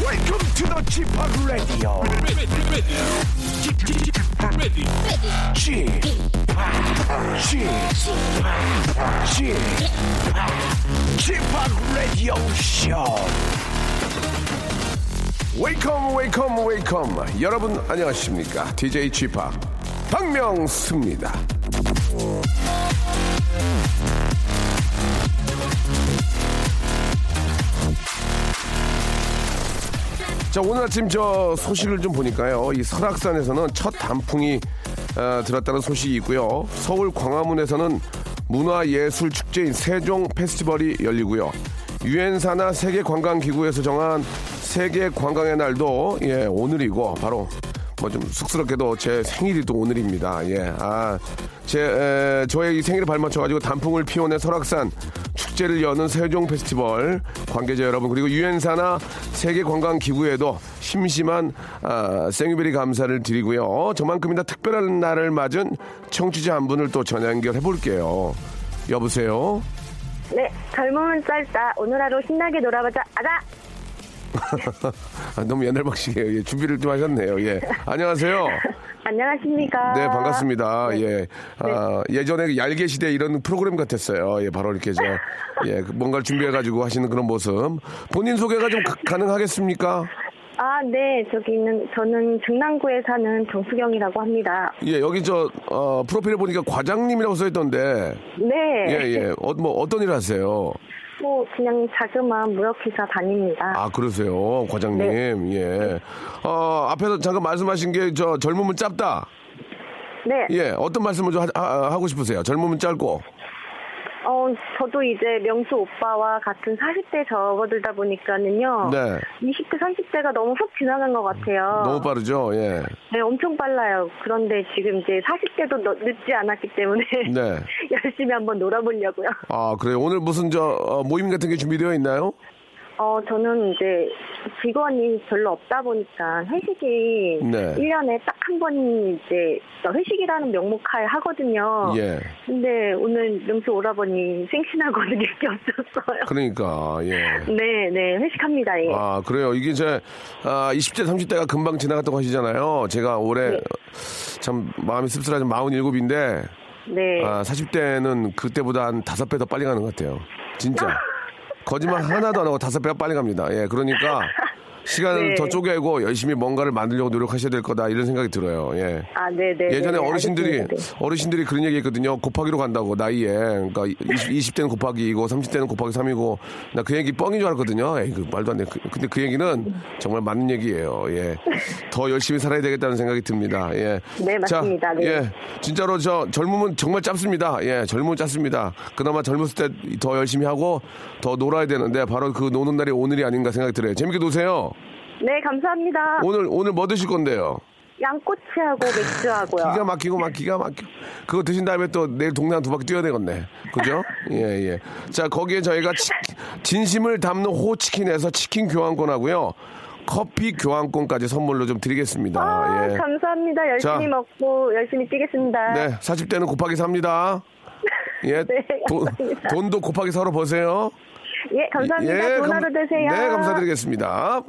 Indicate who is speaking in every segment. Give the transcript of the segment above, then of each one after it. Speaker 1: Welcome to the Chip Radio. Chip Chip Chip Radio Show. Welcome, welcome, welcome. 여러분 안녕하십니까? DJ Chip 박명수입니다. 자 오늘 아침 저 소식을 좀 보니까요 이 설악산에서는 첫 단풍이 어, 들었다는 소식이 있고요 서울 광화문에서는 문화예술축제인 세종 페스티벌이 열리고요 유엔사나 세계관광기구에서 정한 세계관광의 날도 예 오늘이고 바로 뭐 좀 쑥스럽게도 제 생일이 또 오늘입니다. 예, 아, 제 에, 저의 이 생일을 발맞춰가지고 단풍을 피워낸 설악산 축제를 여는 세종 페스티벌 관계자 여러분 그리고 유엔사나 세계 관광 기구에도 심심한 아, 생유베리 감사를 드리고요. 저만큼이나 특별한 날을 맞은 청취자 한 분을 또 전화 연결해 볼게요. 여보세요.
Speaker 2: 네, 젊음은 짧다. 오늘 하루 신나게 놀아보자. 아자!
Speaker 1: 아, 너무 옛날 방식이에요. 예, 준비를 좀 하셨네요. 예, 안녕하세요.
Speaker 2: 안녕하십니까.
Speaker 1: 네, 반갑습니다. 예. 아, 예전에 얄개 시대 이런 프로그램 같았어요. 예, 바로 이렇게 저, 예, 그 뭔가를 준비해가지고 하시는 그런 모습. 본인 소개가 좀 가, 능하겠습니까
Speaker 2: 아, 네, 저기 있는, 저는 중랑구에 사는 정수경이라고 합니다.
Speaker 1: 예, 여기 저, 어, 프로필에 보니까 과장님이라고 써있던데.
Speaker 2: 네.
Speaker 1: 예, 예. 어, 뭐, 어떤 일 하세요?
Speaker 2: 뭐, 그냥 자그마한 무역회사 다닙니다.
Speaker 1: 아, 그러세요. 과장님. 예. 어, 앞에서 잠깐 말씀하신 게 저, 젊음은 짧다.
Speaker 2: 네.
Speaker 1: 예, 어떤 말씀을 좀 하, 하- 하고 싶으세요? 젊음은 짧고.
Speaker 2: 어, 저도 이제 명수 오빠와 같은 40대 접어들다 보니까는요.
Speaker 1: 네.
Speaker 2: 20대, 30대가 너무 훅 지나간 것 같아요.
Speaker 1: 너무 빠르죠? 예.
Speaker 2: 네, 엄청 빨라요. 그런데 지금 이제 40대도 늦지 않았기 때문에.
Speaker 1: 네.
Speaker 2: 열심히 한번 놀아보려고요.
Speaker 1: 아, 그래요. 오늘 무슨 저 어, 모임 같은 게 준비되어 있나요?
Speaker 2: 어, 저는 이제 직원이 별로 없다 보니까 회식이
Speaker 1: 네.
Speaker 2: 1년에 딱 한 번 이제 회식이라는 명목하에 하거든요.
Speaker 1: 예.
Speaker 2: 근데 오늘 명수 오라버니 생신하고 느낄 게 없었어요.
Speaker 1: 그러니까 예.
Speaker 2: 네, 네, 회식합니다. 예.
Speaker 1: 아, 그래요. 이게 이제 아, 20대, 30대가 금방 지나갔다고 하시잖아요. 제가 올해
Speaker 2: 네.
Speaker 1: 참 마음이 씁쓸하지만 47인데
Speaker 2: 네.
Speaker 1: 아, 40대는 그때보다 한 다섯 배 더 빨리 가는 것 같아요. 진짜. 거짓말 하나도 안 하고 다섯 배가 빨리 갑니다. 예, 그러니까 시간을
Speaker 2: 네.
Speaker 1: 더 쪼개고 열심히 뭔가를 만들려고 노력하셔야 될 거다 이런 생각이 들어요. 예.
Speaker 2: 아, 네, 네.
Speaker 1: 예전에
Speaker 2: 네,
Speaker 1: 어르신들이
Speaker 2: 알겠습니다.
Speaker 1: 어르신들이 그런 얘기 했거든요. 곱하기로 간다고 나이에 그러니까 20, 대는 곱하기 2고 30대는 곱하기 3이고 나 그 얘기 뻥인 줄 알았거든요. 에이, 그 말도 안 돼. 그- 근데 그
Speaker 2: 네.
Speaker 1: 얘기는 정말 맞는 얘기예요. 예. 더 열심히 살아야 되겠다는 생각이 듭니다. 예.
Speaker 2: 네, 맞습니다.
Speaker 1: 자,
Speaker 2: 네.
Speaker 1: 예. 진짜로 저 젊음은 정말 짧습니다. 예. 젊음은 짧습니다. 그나마 젊었을 때 더 열심히 하고 더 놀아야 되는데 바로 그 노는 날이 오늘이 아닌가 생각이 들어요. 재밌게 노세요.
Speaker 2: 네, 감사합니다.
Speaker 1: 오늘 오늘 뭐 드실 건데요?
Speaker 2: 양꼬치하고 맥주하고요.
Speaker 1: 기가 막히고 막 기가 막혀. 그거 드신 다음에 또 내일 동남 두 바퀴 뛰어야 되겠네. 그죠? 예, 예. 자, 거기에 저희가 치- 진심을 담는 호치킨에서 치킨 교환권하고요. 커피 교환권까지 선물로 좀 드리겠습니다.
Speaker 2: 아,
Speaker 1: 예.
Speaker 2: 감사합니다. 열심히
Speaker 1: 자.
Speaker 2: 먹고 열심히 뛰겠습니다.
Speaker 1: 네, 40대는 곱하기 3입니다. 예.
Speaker 2: 네,
Speaker 1: 돈,
Speaker 2: 감사합니다.
Speaker 1: 돈도 곱하기 4로 버세요.
Speaker 2: 예, 감사합니다.
Speaker 1: 예,
Speaker 2: 좋은
Speaker 1: 감-
Speaker 2: 하루 되세요.
Speaker 1: 네, 감사드리겠습니다.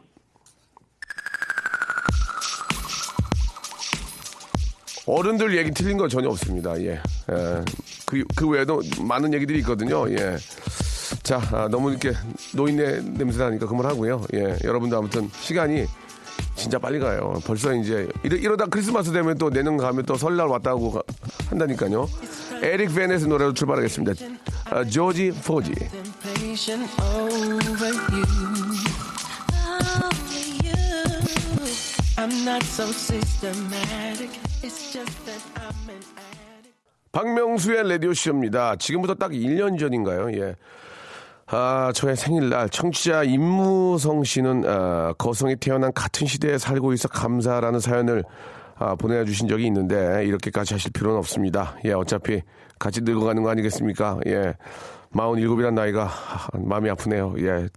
Speaker 1: 어른들 얘기 틀린 건 전혀 없습니다. 예. 예. 그, 그 외에도 많은 얘기들이 있거든요. 예. 자, 아, 너무 이렇게 노인네 냄새 나니까 그만하고요. 예. 여러분도 아무튼 시간이 진짜 빨리 가요. 벌써 이제 이러, 이러다 크리스마스 되면 또 내년 가면 또 설날 왔다고 가- 한다니까요. 에릭 베넷의 노래로 출발하겠습니다. 아, 조지 포지.
Speaker 3: patient over you. Only you. I'm not so systematic. It's just that I'm an addict.
Speaker 1: 박명수의 라디오쇼입니다. 지금부터 딱 1년 전인가요? 예. 아, 저의 생일날 청취자 임무성 씨는 아, 거성이 태어난 같은 시대에 살고 있어 감사라는 사연을 아, 보내주신 적이 있는데 이렇게까지 하실 필요는 없습니다. 예, 어차피 같이 늙어가는 거 아니겠습니까? 예, 47이란 나이가 아, 마음이 아프네요. 예,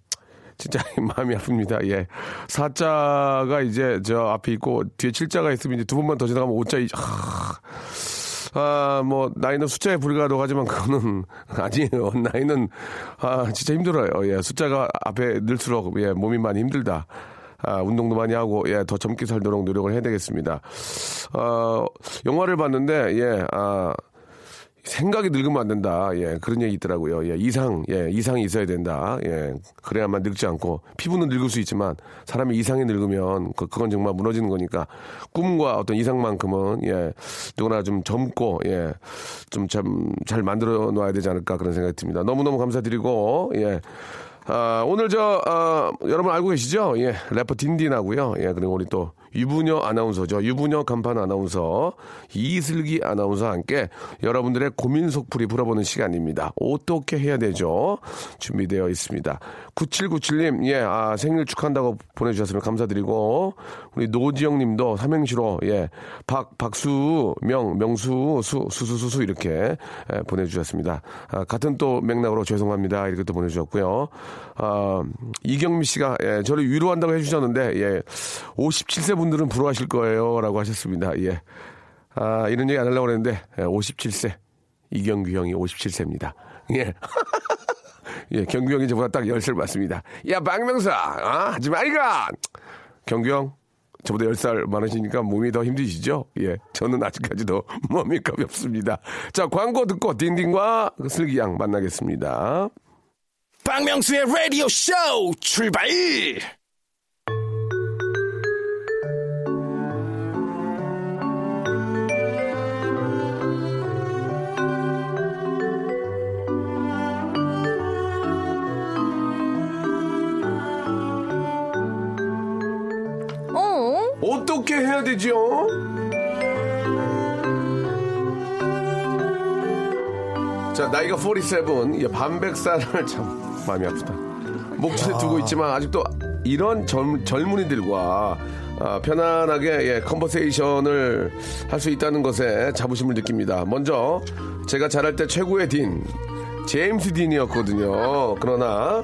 Speaker 1: 진짜 마음이 아픕니다. 예, 4자가 이제 저 앞에 있고 뒤에 7자가 있으면 이제 두 번만 더 지나가면 5자 이 아, 뭐, 나이는 숫자에 불과하다고하지만 그거는 아니에요. 나이는, 아, 진짜 힘들어요. 예, 숫자가 앞에 늘수록, 예, 몸이 많이 힘들다. 아, 운동도 많이 하고, 예, 더 젊게 살도록 노력을 해야 되겠습니다. 어, 영화를 봤는데, 예, 아, 생각이 늙으면 안 된다. 예, 그런 얘기 있더라고요. 예, 이상, 예, 이상이 있어야 된다. 예, 그래야만 늙지 않고 피부는 늙을 수 있지만 사람이 이상이 늙으면 그, 그건 정말 무너지는 거니까 꿈과 어떤 이상만큼은 예, 누구나 좀 젊고 예, 좀 참 잘 만들어 놔야 되지 않을까 그런 생각이 듭니다. 너무너무 감사드리고 예. 아, 오늘 저, 아, 여러분 알고 계시죠? 예, 래퍼 딘딘하고요. 예, 그리고 우리 또 유부녀 아나운서죠. 유부녀 간판 아나운서, 이슬기 아나운서와 함께 여러분들의 고민 속풀이 풀어보는 시간입니다. 어떻게 해야 되죠? 준비되어 있습니다. 9797님, 예, 아, 생일 축하한다고 보내주셨으면 감사드리고, 우리 노지영 님도 삼행시로, 예, 박, 박수, 명, 명수, 수, 수수수수 이렇게 예, 보내주셨습니다. 아, 같은 또 맥락으로 죄송합니다. 이렇게 또 보내주셨고요. 아, 이경미 씨가 예, 저를 위로한다고 해주셨는데 예, 57세 분들은 부러워하실 거예요라고 하셨습니다. 예. 아, 이런 얘기 안 하려고 그랬는데 예, 57세 이경규 형이 57세입니다. 예. 예, 경규 형이 저보다 딱 10살 맞습니다. 야, 박명사! 아, 하지 말가! 경규 형, 저보다 10살 많으시니까 몸이 더 힘드시죠? 예, 저는 아직까지도 몸이 가볍습니다. 자, 광고 듣고 딘딘과 그 슬기 양 만나겠습니다.
Speaker 4: 박명수의 라디오 쇼 출발!
Speaker 5: 어?
Speaker 1: 어떻게 해야 되죠? 자 나이가 47 예, 반백살을 참 마음이 아프다 목젖에 두고 있지만 아직도 이런 젊, 젊은이들과 아, 편안하게 예, 컨버세이션을 할 수 있다는 것에 자부심을 느낍니다 먼저 제가 자랄 때 최고의 딘 제임스 딘이었거든요 그러나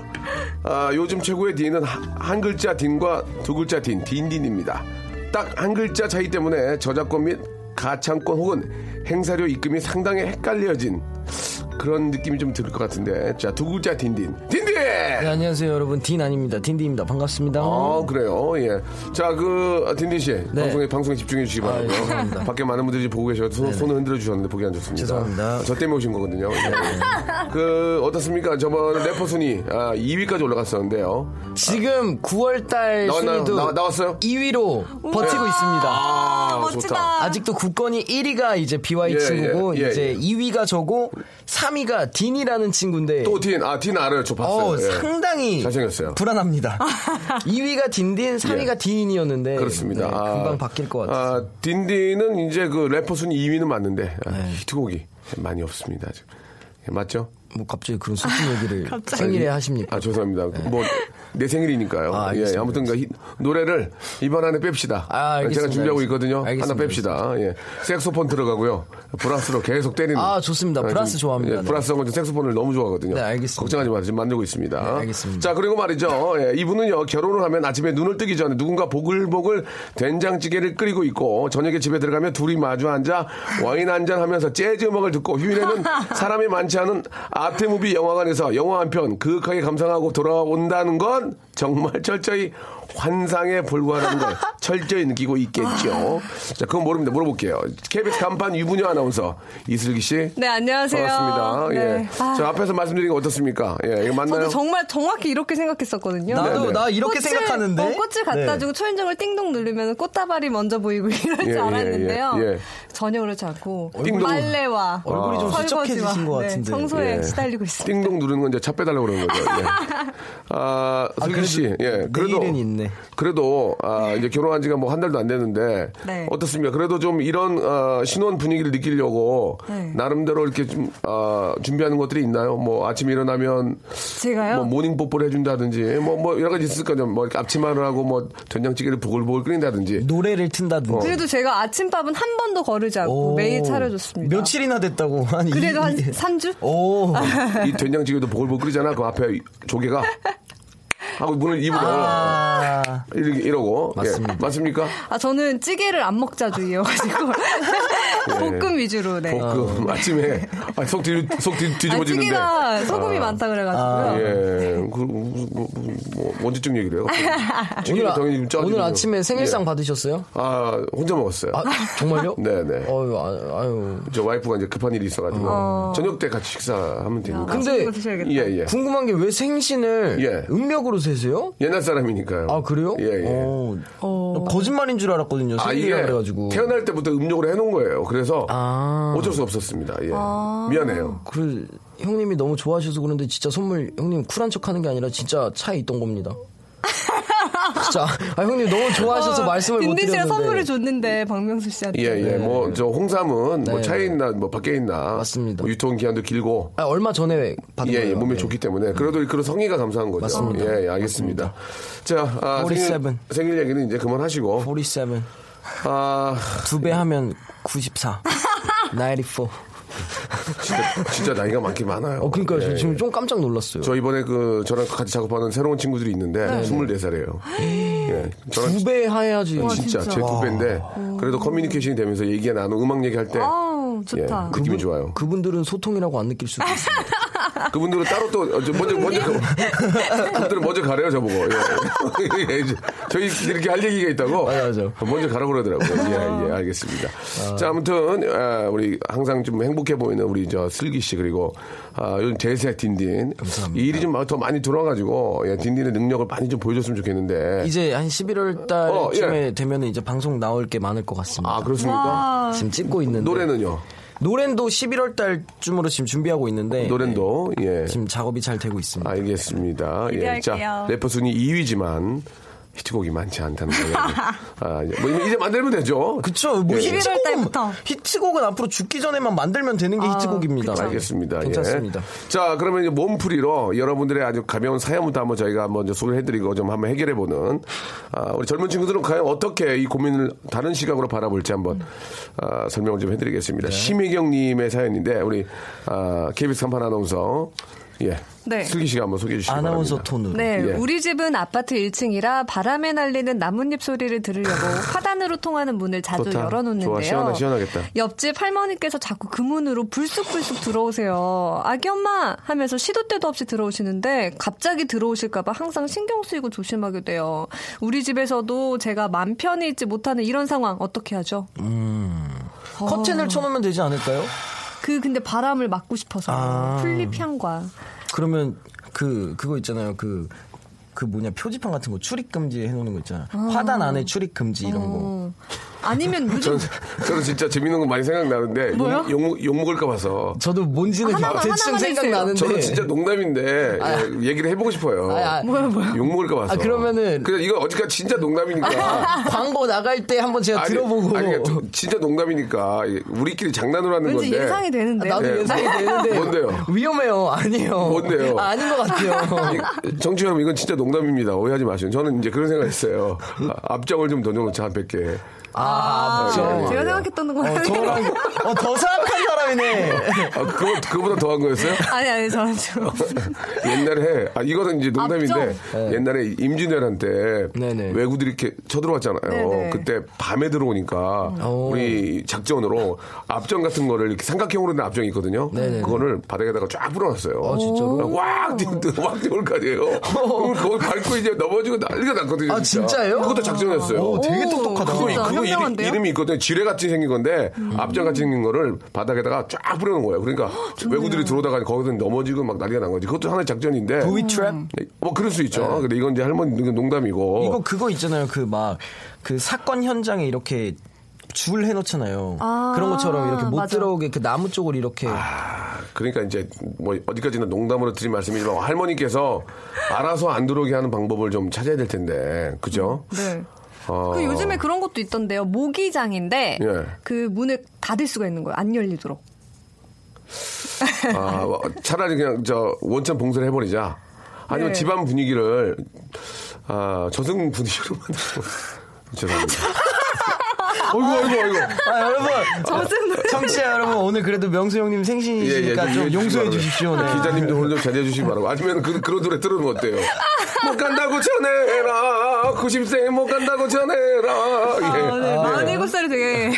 Speaker 1: 아, 요즘 최고의 딘은 하- 한 글자 딘과 두 글자 딘 딘딘입니다 딱 한 글자 차이 때문에 저작권 및 가창권 혹은 행사료 입금이 상당히 헷갈려진 그런 느낌이 좀 들 것 같은데 자 두 글자 딘딘 딘딘
Speaker 6: 네, 안녕하세요 여러분 딘 아닙니다 딘딘입니다 반갑습니다
Speaker 1: 아 그래요 예자그 딘딘 씨
Speaker 6: 음. 네.
Speaker 1: 방송에 방송에 집중해 주시기 바라고요
Speaker 6: 죄송합니다.
Speaker 1: 밖에 많은 분들이 보고 계셔서 손, 손을 흔들어 주셨는데 보기 안 좋습니다
Speaker 6: 죄송합니다.
Speaker 1: 저 때문에 오신 거거든요 예. 그 어떻습니까 저번 래퍼 순위 아 2위까지 올라갔었는데요
Speaker 6: 지금 9월달
Speaker 1: 나왔나요?
Speaker 6: 순위도
Speaker 1: 나- 나왔어요?
Speaker 6: 2위로 버티고 있습니다
Speaker 1: 아 좋다
Speaker 6: 아직도 국건이 1위가 이제 BY
Speaker 1: 예,
Speaker 6: 친구고
Speaker 1: 예, 예,
Speaker 6: 이제
Speaker 1: 예.
Speaker 6: 2위가 저고 3위가 딘이라는 친구인데
Speaker 1: 또딘아딘 알아요 저 봤어요
Speaker 6: 어,
Speaker 1: 예.
Speaker 6: 상당히
Speaker 1: 잘생겼어요. 예.
Speaker 6: 불안합니다 2위가 딘딘 3위가 딘인이었는데
Speaker 1: 그렇습니다.
Speaker 6: 네,
Speaker 1: 아,
Speaker 6: 금방 바뀔 것 같아요
Speaker 1: 아, 딘딘은 이제 그 래퍼 순위 2위는 맞는데 아,
Speaker 6: 네.
Speaker 1: 히트곡이 많이 없습니다. 지금. 예, 맞죠?
Speaker 6: 뭐 갑자기 그런 슬픈 얘기를 생일에 하십니까 네.
Speaker 1: 아 죄송합니다. 뭐 내 생일이니까요.
Speaker 6: 아,
Speaker 1: 예,
Speaker 6: 알겠습니다.
Speaker 1: 아무튼 그 히- 노래를 이번 안에 뺍시다.
Speaker 6: 아, 알겠습니다.
Speaker 1: 제가 준비하고 있거든요.
Speaker 6: 알겠습니다.
Speaker 1: 하나 뺍시다. 예. 색소폰 들어가고요. 브라스로 계속 때리는.
Speaker 6: 아, 좋습니다.
Speaker 1: 아,
Speaker 6: 브라스
Speaker 1: 좀-
Speaker 6: 좋아합니다.
Speaker 1: 예, 브라스 하고 색소폰을 너무 좋아하거든요.
Speaker 6: 네, 알겠습니다.
Speaker 1: 걱정하지 마세요. 지금 만들고 있습니다.
Speaker 6: 네, 알겠습니다.
Speaker 1: 자 그리고 말이죠. 예, 이분은요 결혼을 하면 아침에 눈을 뜨기 전에 누군가 보글보글 된장찌개를 끓이고 있고 저녁에 집에 들어가면 둘이 마주 앉아 와인 한잔 하면서 재즈 음악을 듣고 휴일에는 사람이 많지 않은 아트무비 영화관에서 영화 한 편 그윽하게 감상하고 돌아온다는 건 정말 철저히 환상에 불과하다는 걸 철저히 느끼고 있겠죠.
Speaker 7: 아.
Speaker 1: 자 그건 모릅니다. 물어볼게요. KBS 간판 유부녀 아나운서 이슬기 씨.
Speaker 7: 네, 안녕하세요.
Speaker 1: 반갑습니다.
Speaker 7: 네.
Speaker 1: 예.
Speaker 7: 아.
Speaker 1: 저 앞에서 말씀드린 거 어떻습니까? 예, 이거 맞나요?
Speaker 7: 저도 정말 정확히 이렇게 생각했었거든요.
Speaker 6: 나도
Speaker 1: 네.
Speaker 6: 나 이렇게
Speaker 7: 꽃을-
Speaker 6: 생각하는데
Speaker 7: 어, 꽃을 갖다
Speaker 6: 네.
Speaker 7: 주고 초인종을 띵동 누르면 꽃다발이 먼저 보이고 이럴
Speaker 1: 예, 예,
Speaker 7: 줄 알았는데요.
Speaker 1: 예, 예.
Speaker 7: 전혀 그렇지 않고
Speaker 1: 띵동.
Speaker 7: 빨래와
Speaker 6: 얼굴이
Speaker 1: 아.
Speaker 6: 좀
Speaker 7: 설거지와
Speaker 6: 어,
Speaker 7: 네,
Speaker 6: 수척해지신 것 같은데.
Speaker 7: 청소에
Speaker 1: 예.
Speaker 7: 시달리고 있습니다.
Speaker 1: 띵동 누르는 건 이제 차 빼달라고 그러는 거죠. 예. 아, 슬기
Speaker 6: 그래도
Speaker 1: 씨, 예, 그래도
Speaker 6: 내일은 있네.
Speaker 1: 그래도 아, 이제 결혼한 지가 뭐 한 달도 안 됐는데
Speaker 7: 네.
Speaker 1: 어떻습니까? 그래도 좀 이런 아, 신혼 분위기를 느끼려고
Speaker 7: 네.
Speaker 1: 나름대로 이렇게 좀 아, 준비하는 것들이 있나요? 뭐 아침에 일어나면
Speaker 7: 제가요?
Speaker 1: 뭐 모닝 뽀뽀를 해준다든지 뭐 뭐 여러 가지 있을 거죠. 뭐 이렇게 앞치마를 하고 뭐 된장찌개를 보글보글 끓인다든지.
Speaker 6: 노래를 튼다든지.
Speaker 7: 어. 그래도 제가 아침밥은 한 번도 거르지 않고
Speaker 6: 오. 예.
Speaker 7: 매일 차려줬습니다.
Speaker 6: 며칠이나 됐다고. 한
Speaker 7: 그래도
Speaker 6: 이-
Speaker 7: 한
Speaker 6: 이-
Speaker 7: 3주?
Speaker 6: 오.
Speaker 1: 이 된장찌개도 보글보글 끓이잖아. 그 앞에 조개가 하고 문을 입으로
Speaker 6: 아.
Speaker 1: 이렇게 이러고
Speaker 6: 맞습니다.
Speaker 1: 예. 맞습니까?
Speaker 7: 아, 저는 찌개를 안 먹자주의여가지고. 볶음 위주로, 네.
Speaker 1: 볶음 어, 그
Speaker 6: 어.
Speaker 1: 아침에 아, 속, 뒤, 속 뒤,
Speaker 7: 아,
Speaker 1: 뒤집어지는데.
Speaker 7: 찌개가 소금이 많다 그래가지고요.
Speaker 1: 예, 그, 뭐, 뭐, 뭐, 언제쯤 얘기를 해요?
Speaker 6: 오늘,
Speaker 1: 찌개는
Speaker 6: 아-
Speaker 1: 당연히 좀 짜지죠.
Speaker 6: 오늘 아침에 생일상
Speaker 1: 예.
Speaker 6: 받으셨어요?
Speaker 1: 아, 혼자 먹었어요.
Speaker 6: 아, 정말요?
Speaker 1: 네네.
Speaker 6: 어유, 아유, 아유.
Speaker 1: 저 와이프가 이제 급한 일이 있어가지고 저녁 때 같이 식사하면 되니까.
Speaker 6: 근데-
Speaker 7: 맛있는 거 아, 드셔야겠다.
Speaker 1: 예, 예.
Speaker 6: 궁금한 게 왜 생신을
Speaker 1: 예.
Speaker 6: 음력으로 세세요?
Speaker 1: 옛날 사람이니까요.
Speaker 6: 아, 그래요?
Speaker 1: 예, 예.
Speaker 6: 어, 나 거짓말인 줄 알았거든요.
Speaker 1: 아,
Speaker 6: 생일이라
Speaker 1: 이게
Speaker 6: 그래가지고.
Speaker 1: 태어날 때부터 음력으로 해놓은 거예요. 그래서
Speaker 6: 아.
Speaker 1: 어쩔 수 없었습니다. 예. 미안해요.
Speaker 6: 그 형님이 너무 좋아하셔서 그런데 진짜 선물 형님 쿨한 척하는 게 아니라 진짜 차에 있던 겁니다. 진짜 아 형님 너무 좋아하셔서
Speaker 7: 어,
Speaker 6: 말씀을 못
Speaker 7: 딘딘 씨가
Speaker 6: 드렸는데
Speaker 7: 선물을 줬는데, 박명수 씨한테.
Speaker 1: 예, 예. 뭐, 저 홍삼은 뭐
Speaker 6: 네.
Speaker 1: 차에 있나, 뭐 밖에 있나.
Speaker 6: 맞습니다.
Speaker 1: 뭐 유통기한도 길고.
Speaker 6: 아, 얼마 전에 받은
Speaker 1: 예,
Speaker 6: 거예요.
Speaker 1: 예, 몸에
Speaker 6: 네.
Speaker 1: 좋기 때문에. 그래도 그런 성의가 감사한 거죠.
Speaker 6: 맞습니다.
Speaker 1: 예, 예, 알겠습니다. 자, 아,
Speaker 6: 47.
Speaker 1: 생일, 생일 얘기는 이제 그만하시고.
Speaker 6: 47.
Speaker 1: 아,
Speaker 6: 두 배 하면 94. 94.
Speaker 1: 진짜, 진짜 나이가 많긴 많아요.
Speaker 6: 어 그러니까
Speaker 1: 예,
Speaker 6: 저
Speaker 1: 예.
Speaker 6: 지금 좀 깜짝 놀랐어요.
Speaker 1: 저 이번에 그 저랑 같이 작업하는 새로운 친구들이 있는데
Speaker 6: 네.
Speaker 1: 24살이에요. 예. 저랑 아,
Speaker 6: 두 배 해야지.
Speaker 1: 진짜 제 두 배인데 그래도 커뮤니케이션이 되면서 얘기 나누고 음악 얘기할 때
Speaker 7: 아우, 좋다.
Speaker 1: 예, 느낌이 좋아요.
Speaker 6: 그분들은 소통이라고 안 느낄 수도 있어요.
Speaker 1: 그분들은 따로 또 어, 저 먼저 먼저 가- 그분들은 먼저 가래요 저보고. 예. 예, 이제 저희 이렇게 할 얘기가 있다고. 어,
Speaker 6: 맞아, 맞아.
Speaker 1: 먼저 가라고 그러더라고요. 예, 예, 알겠습니다. 자, 아무튼 아, 우리 항상 좀 행복해 보이는 우리 저 슬기 씨 그리고 아, 요즘 제세 딘딘 이 일이 좀 더 많이 들어가지고 예, 딘딘의 능력을 많이 좀 보여줬으면 좋겠는데.
Speaker 6: 이제 한 11월
Speaker 1: 어, 예.
Speaker 6: 달쯤에 되면 이제 방송 나올 게 많을 것 같습니다.
Speaker 1: 아 그렇습니까?
Speaker 6: 지금 찍고 있는데
Speaker 1: 노래는요?
Speaker 6: 노랜도 11월 달쯤으로 지금 준비하고 있는데
Speaker 1: 노랜도 아, 예.
Speaker 6: 지금 작업이 잘 되고 있습니다.
Speaker 1: 알겠습니다. 예. 자,
Speaker 7: 기대할게요.
Speaker 1: 래퍼 순위 2위지만 히트곡이 많지 않다는 거. 아, 이제, 뭐 이제- 이제 만들면 되죠.
Speaker 6: 그쵸?
Speaker 1: 예,
Speaker 6: 뭐
Speaker 7: 11월
Speaker 6: 히트곡은-
Speaker 7: 달부터.
Speaker 6: 히트곡은 앞으로 죽기 전에만 만들면 되는 게 히트곡입니다.
Speaker 1: 알겠습니다. 예.
Speaker 6: 괜찮습니다.
Speaker 1: 자, 그러면 이제 몸풀이로 여러분들의 아주 가벼운 사연부터 한번 저희가 한번 이제 소개를 해드리고 좀 한번 해결해보는 아, 우리 젊은 친구들은 과연 어떻게 이 고민을 다른 시각으로 바라볼지 한번
Speaker 7: 음.
Speaker 1: 아, 설명을 좀 해드리겠습니다.
Speaker 7: 네.
Speaker 1: 심혜경님의 사연인데 우리 아, KBS 간판 아나운서 예,
Speaker 7: 네.
Speaker 1: 슬기 씨가 한번 소개해 주시기
Speaker 6: 아나운서
Speaker 1: 바랍니다.
Speaker 6: 톤으로.
Speaker 7: 네,
Speaker 1: 예.
Speaker 7: 우리 집은 아파트 1층이라 바람에 날리는 나뭇잎 소리를 들으려고 화단으로 통하는 문을 자주
Speaker 1: 좋다.
Speaker 7: 열어놓는데요.
Speaker 1: 좋아, 시원하- 시원하겠다.
Speaker 7: 옆집 할머니께서 자꾸 그 문으로 불쑥불쑥 들어오세요. 아기 엄마 하면서 시도 때도 없이 들어오시는데 갑자기 들어오실까봐 항상 신경 쓰이고 조심하게 돼요. 우리 집에서도 제가 맘 편히 있지 못하는 이런 상황 어떻게 하죠?
Speaker 6: 커튼을 쳐놓으면 되지 않을까요?
Speaker 7: 그 근데 바람을 막고 싶어서 풀잎 향과
Speaker 6: 그러면 그 그거 있잖아요. 그 그 뭐냐 표지판 같은 거 출입 금지 해놓는 거 있잖아. 요 화단 안에 출입 금지 이런 거.
Speaker 7: 아니면 요즘
Speaker 1: 저는, 저는 진짜 재밌는 거 많이 생각나는데
Speaker 7: 뭐요?
Speaker 1: 욕, 욕 먹을까 봐서
Speaker 6: 저도 뭔지는
Speaker 7: 하나만,
Speaker 6: 대충
Speaker 7: 하나만
Speaker 6: 생각나는데.
Speaker 1: 저는 진짜 농담인데 예, 얘기를 해보고 싶어요.
Speaker 6: 네. 아, 아.
Speaker 7: 뭐야 뭐야
Speaker 1: 욕 먹을까 봐서.
Speaker 6: 아, 그러면은-
Speaker 1: 그냥 이거 어디까 진짜 농담이니까.
Speaker 6: 광고 나갈 때 한번 제가
Speaker 1: 아니,
Speaker 6: 들어보고
Speaker 1: 아니, 그러니까 저- 진짜 농담이니까 예, 우리끼리 장난으로 하는
Speaker 7: 왠지
Speaker 1: 건데.
Speaker 7: 예상이 되는데
Speaker 6: 아, 나도
Speaker 1: 예.
Speaker 6: 예상이 되는데
Speaker 1: 뭔데요?
Speaker 6: 위험해요 아니에요
Speaker 1: 뭔데요?
Speaker 6: 아, 아닌 것 같아요
Speaker 1: 이- 정치 형 이건 진짜 농담입니다. 오해하지 마시고 저는 이제 그런 생각했어요. 아, 앞장을 좀 던져놓자 한 100개. 예,
Speaker 6: 아
Speaker 1: 예,
Speaker 7: 제가
Speaker 1: 예.
Speaker 7: 생각했던 건
Speaker 6: 어,
Speaker 7: 아니에요.
Speaker 6: 저랑 어, 더 사악한 사람이네
Speaker 1: 아, 그거 그거보다 더한 거였어요?
Speaker 7: 아니 아니 저는 좀
Speaker 1: 옛날에 아 이거는 이제 농담인데
Speaker 6: 앞쪽. 네.
Speaker 1: 옛날에 임진왜란때
Speaker 6: 네네.
Speaker 1: 외구들이 이렇게 쳐들어왔잖아요.
Speaker 7: 네네. 음.
Speaker 1: 그때 밤에 들어오니까
Speaker 6: 오.
Speaker 1: 우리 작전으로 앞정 같은 거를 이렇게 삼각형으로 된 앞정이 있거든요. 그거를 바닥에다가 쫙 뿌려놨어요.
Speaker 6: 아, 진짜로? 어.
Speaker 1: 왁 뛰는 왁 뛰는 거 아니에요. 그걸 그걸 밟고 이제 넘어지고 난리가 났거든요.
Speaker 6: 아, 진짜요?
Speaker 1: 그것도 작전이었어요.
Speaker 6: 오, 되게 똑똑하다
Speaker 1: 그거,
Speaker 7: 진짜
Speaker 1: 그거
Speaker 7: 현명한데요? 음.
Speaker 1: 이름, 이 있거든요. 지뢰같이 생긴 건데 앞장같이 생긴 거를 바닥에다가 쫙 뿌려놓은 거예요. 그러니까 외국들이 들어오다가 거기서 넘어지고 막 난리가 난 거지. 그것도 하나의 작전인데.
Speaker 6: 부이 트랩
Speaker 1: 네, 뭐 그럴 수 있죠. 근데 이건 그 어. 이제 할머니 농- 농담이고.
Speaker 6: 이거 그거 있잖아요 그 막 그 사건 현장에 이렇게 줄 해놓잖아요.
Speaker 7: 아,
Speaker 6: 그런 것처럼 이렇게 못
Speaker 7: 맞아.
Speaker 6: 들어오게 그 나무 쪽을 이렇게
Speaker 1: 그러니까 이제 뭐 어디까지나 농담으로 드린 말씀이지만 할머니께서 알아서 안 들어오게 하는 방법을 좀 찾아야 될 텐데 그죠?
Speaker 7: 네.
Speaker 1: 어,
Speaker 7: 그 요즘에 그런 것도 있던데요. 모기장인데
Speaker 1: 예.
Speaker 7: 그 문을 닫을 수가 있는 거예요. 안 열리도록.
Speaker 1: 아, 뭐, 차라리 그냥 저 원천 봉쇄를 해버리자. 아니면
Speaker 7: 네.
Speaker 1: 집안 분위기를 아 저승 분위기로 만들고 죄송합니다. 어이구 어이구 어이구.
Speaker 6: 아 여러분 어, 청취자 여러분 오늘 그래도 명수 형님 생신이시니까
Speaker 1: 예, 이해해
Speaker 6: 그러니까 좀
Speaker 1: 주시기
Speaker 6: 용서해
Speaker 1: 바라고요.
Speaker 6: 주십시오. 네.
Speaker 1: 기자님도 오늘 좀 잘해 주시기 바라고. 아니면 그, 그런 노래 들으면 어때요? 못 간다고 전해라. 90세 못 간다고 전해라.
Speaker 7: 아,
Speaker 1: 예.
Speaker 7: 네. 47살이 되게.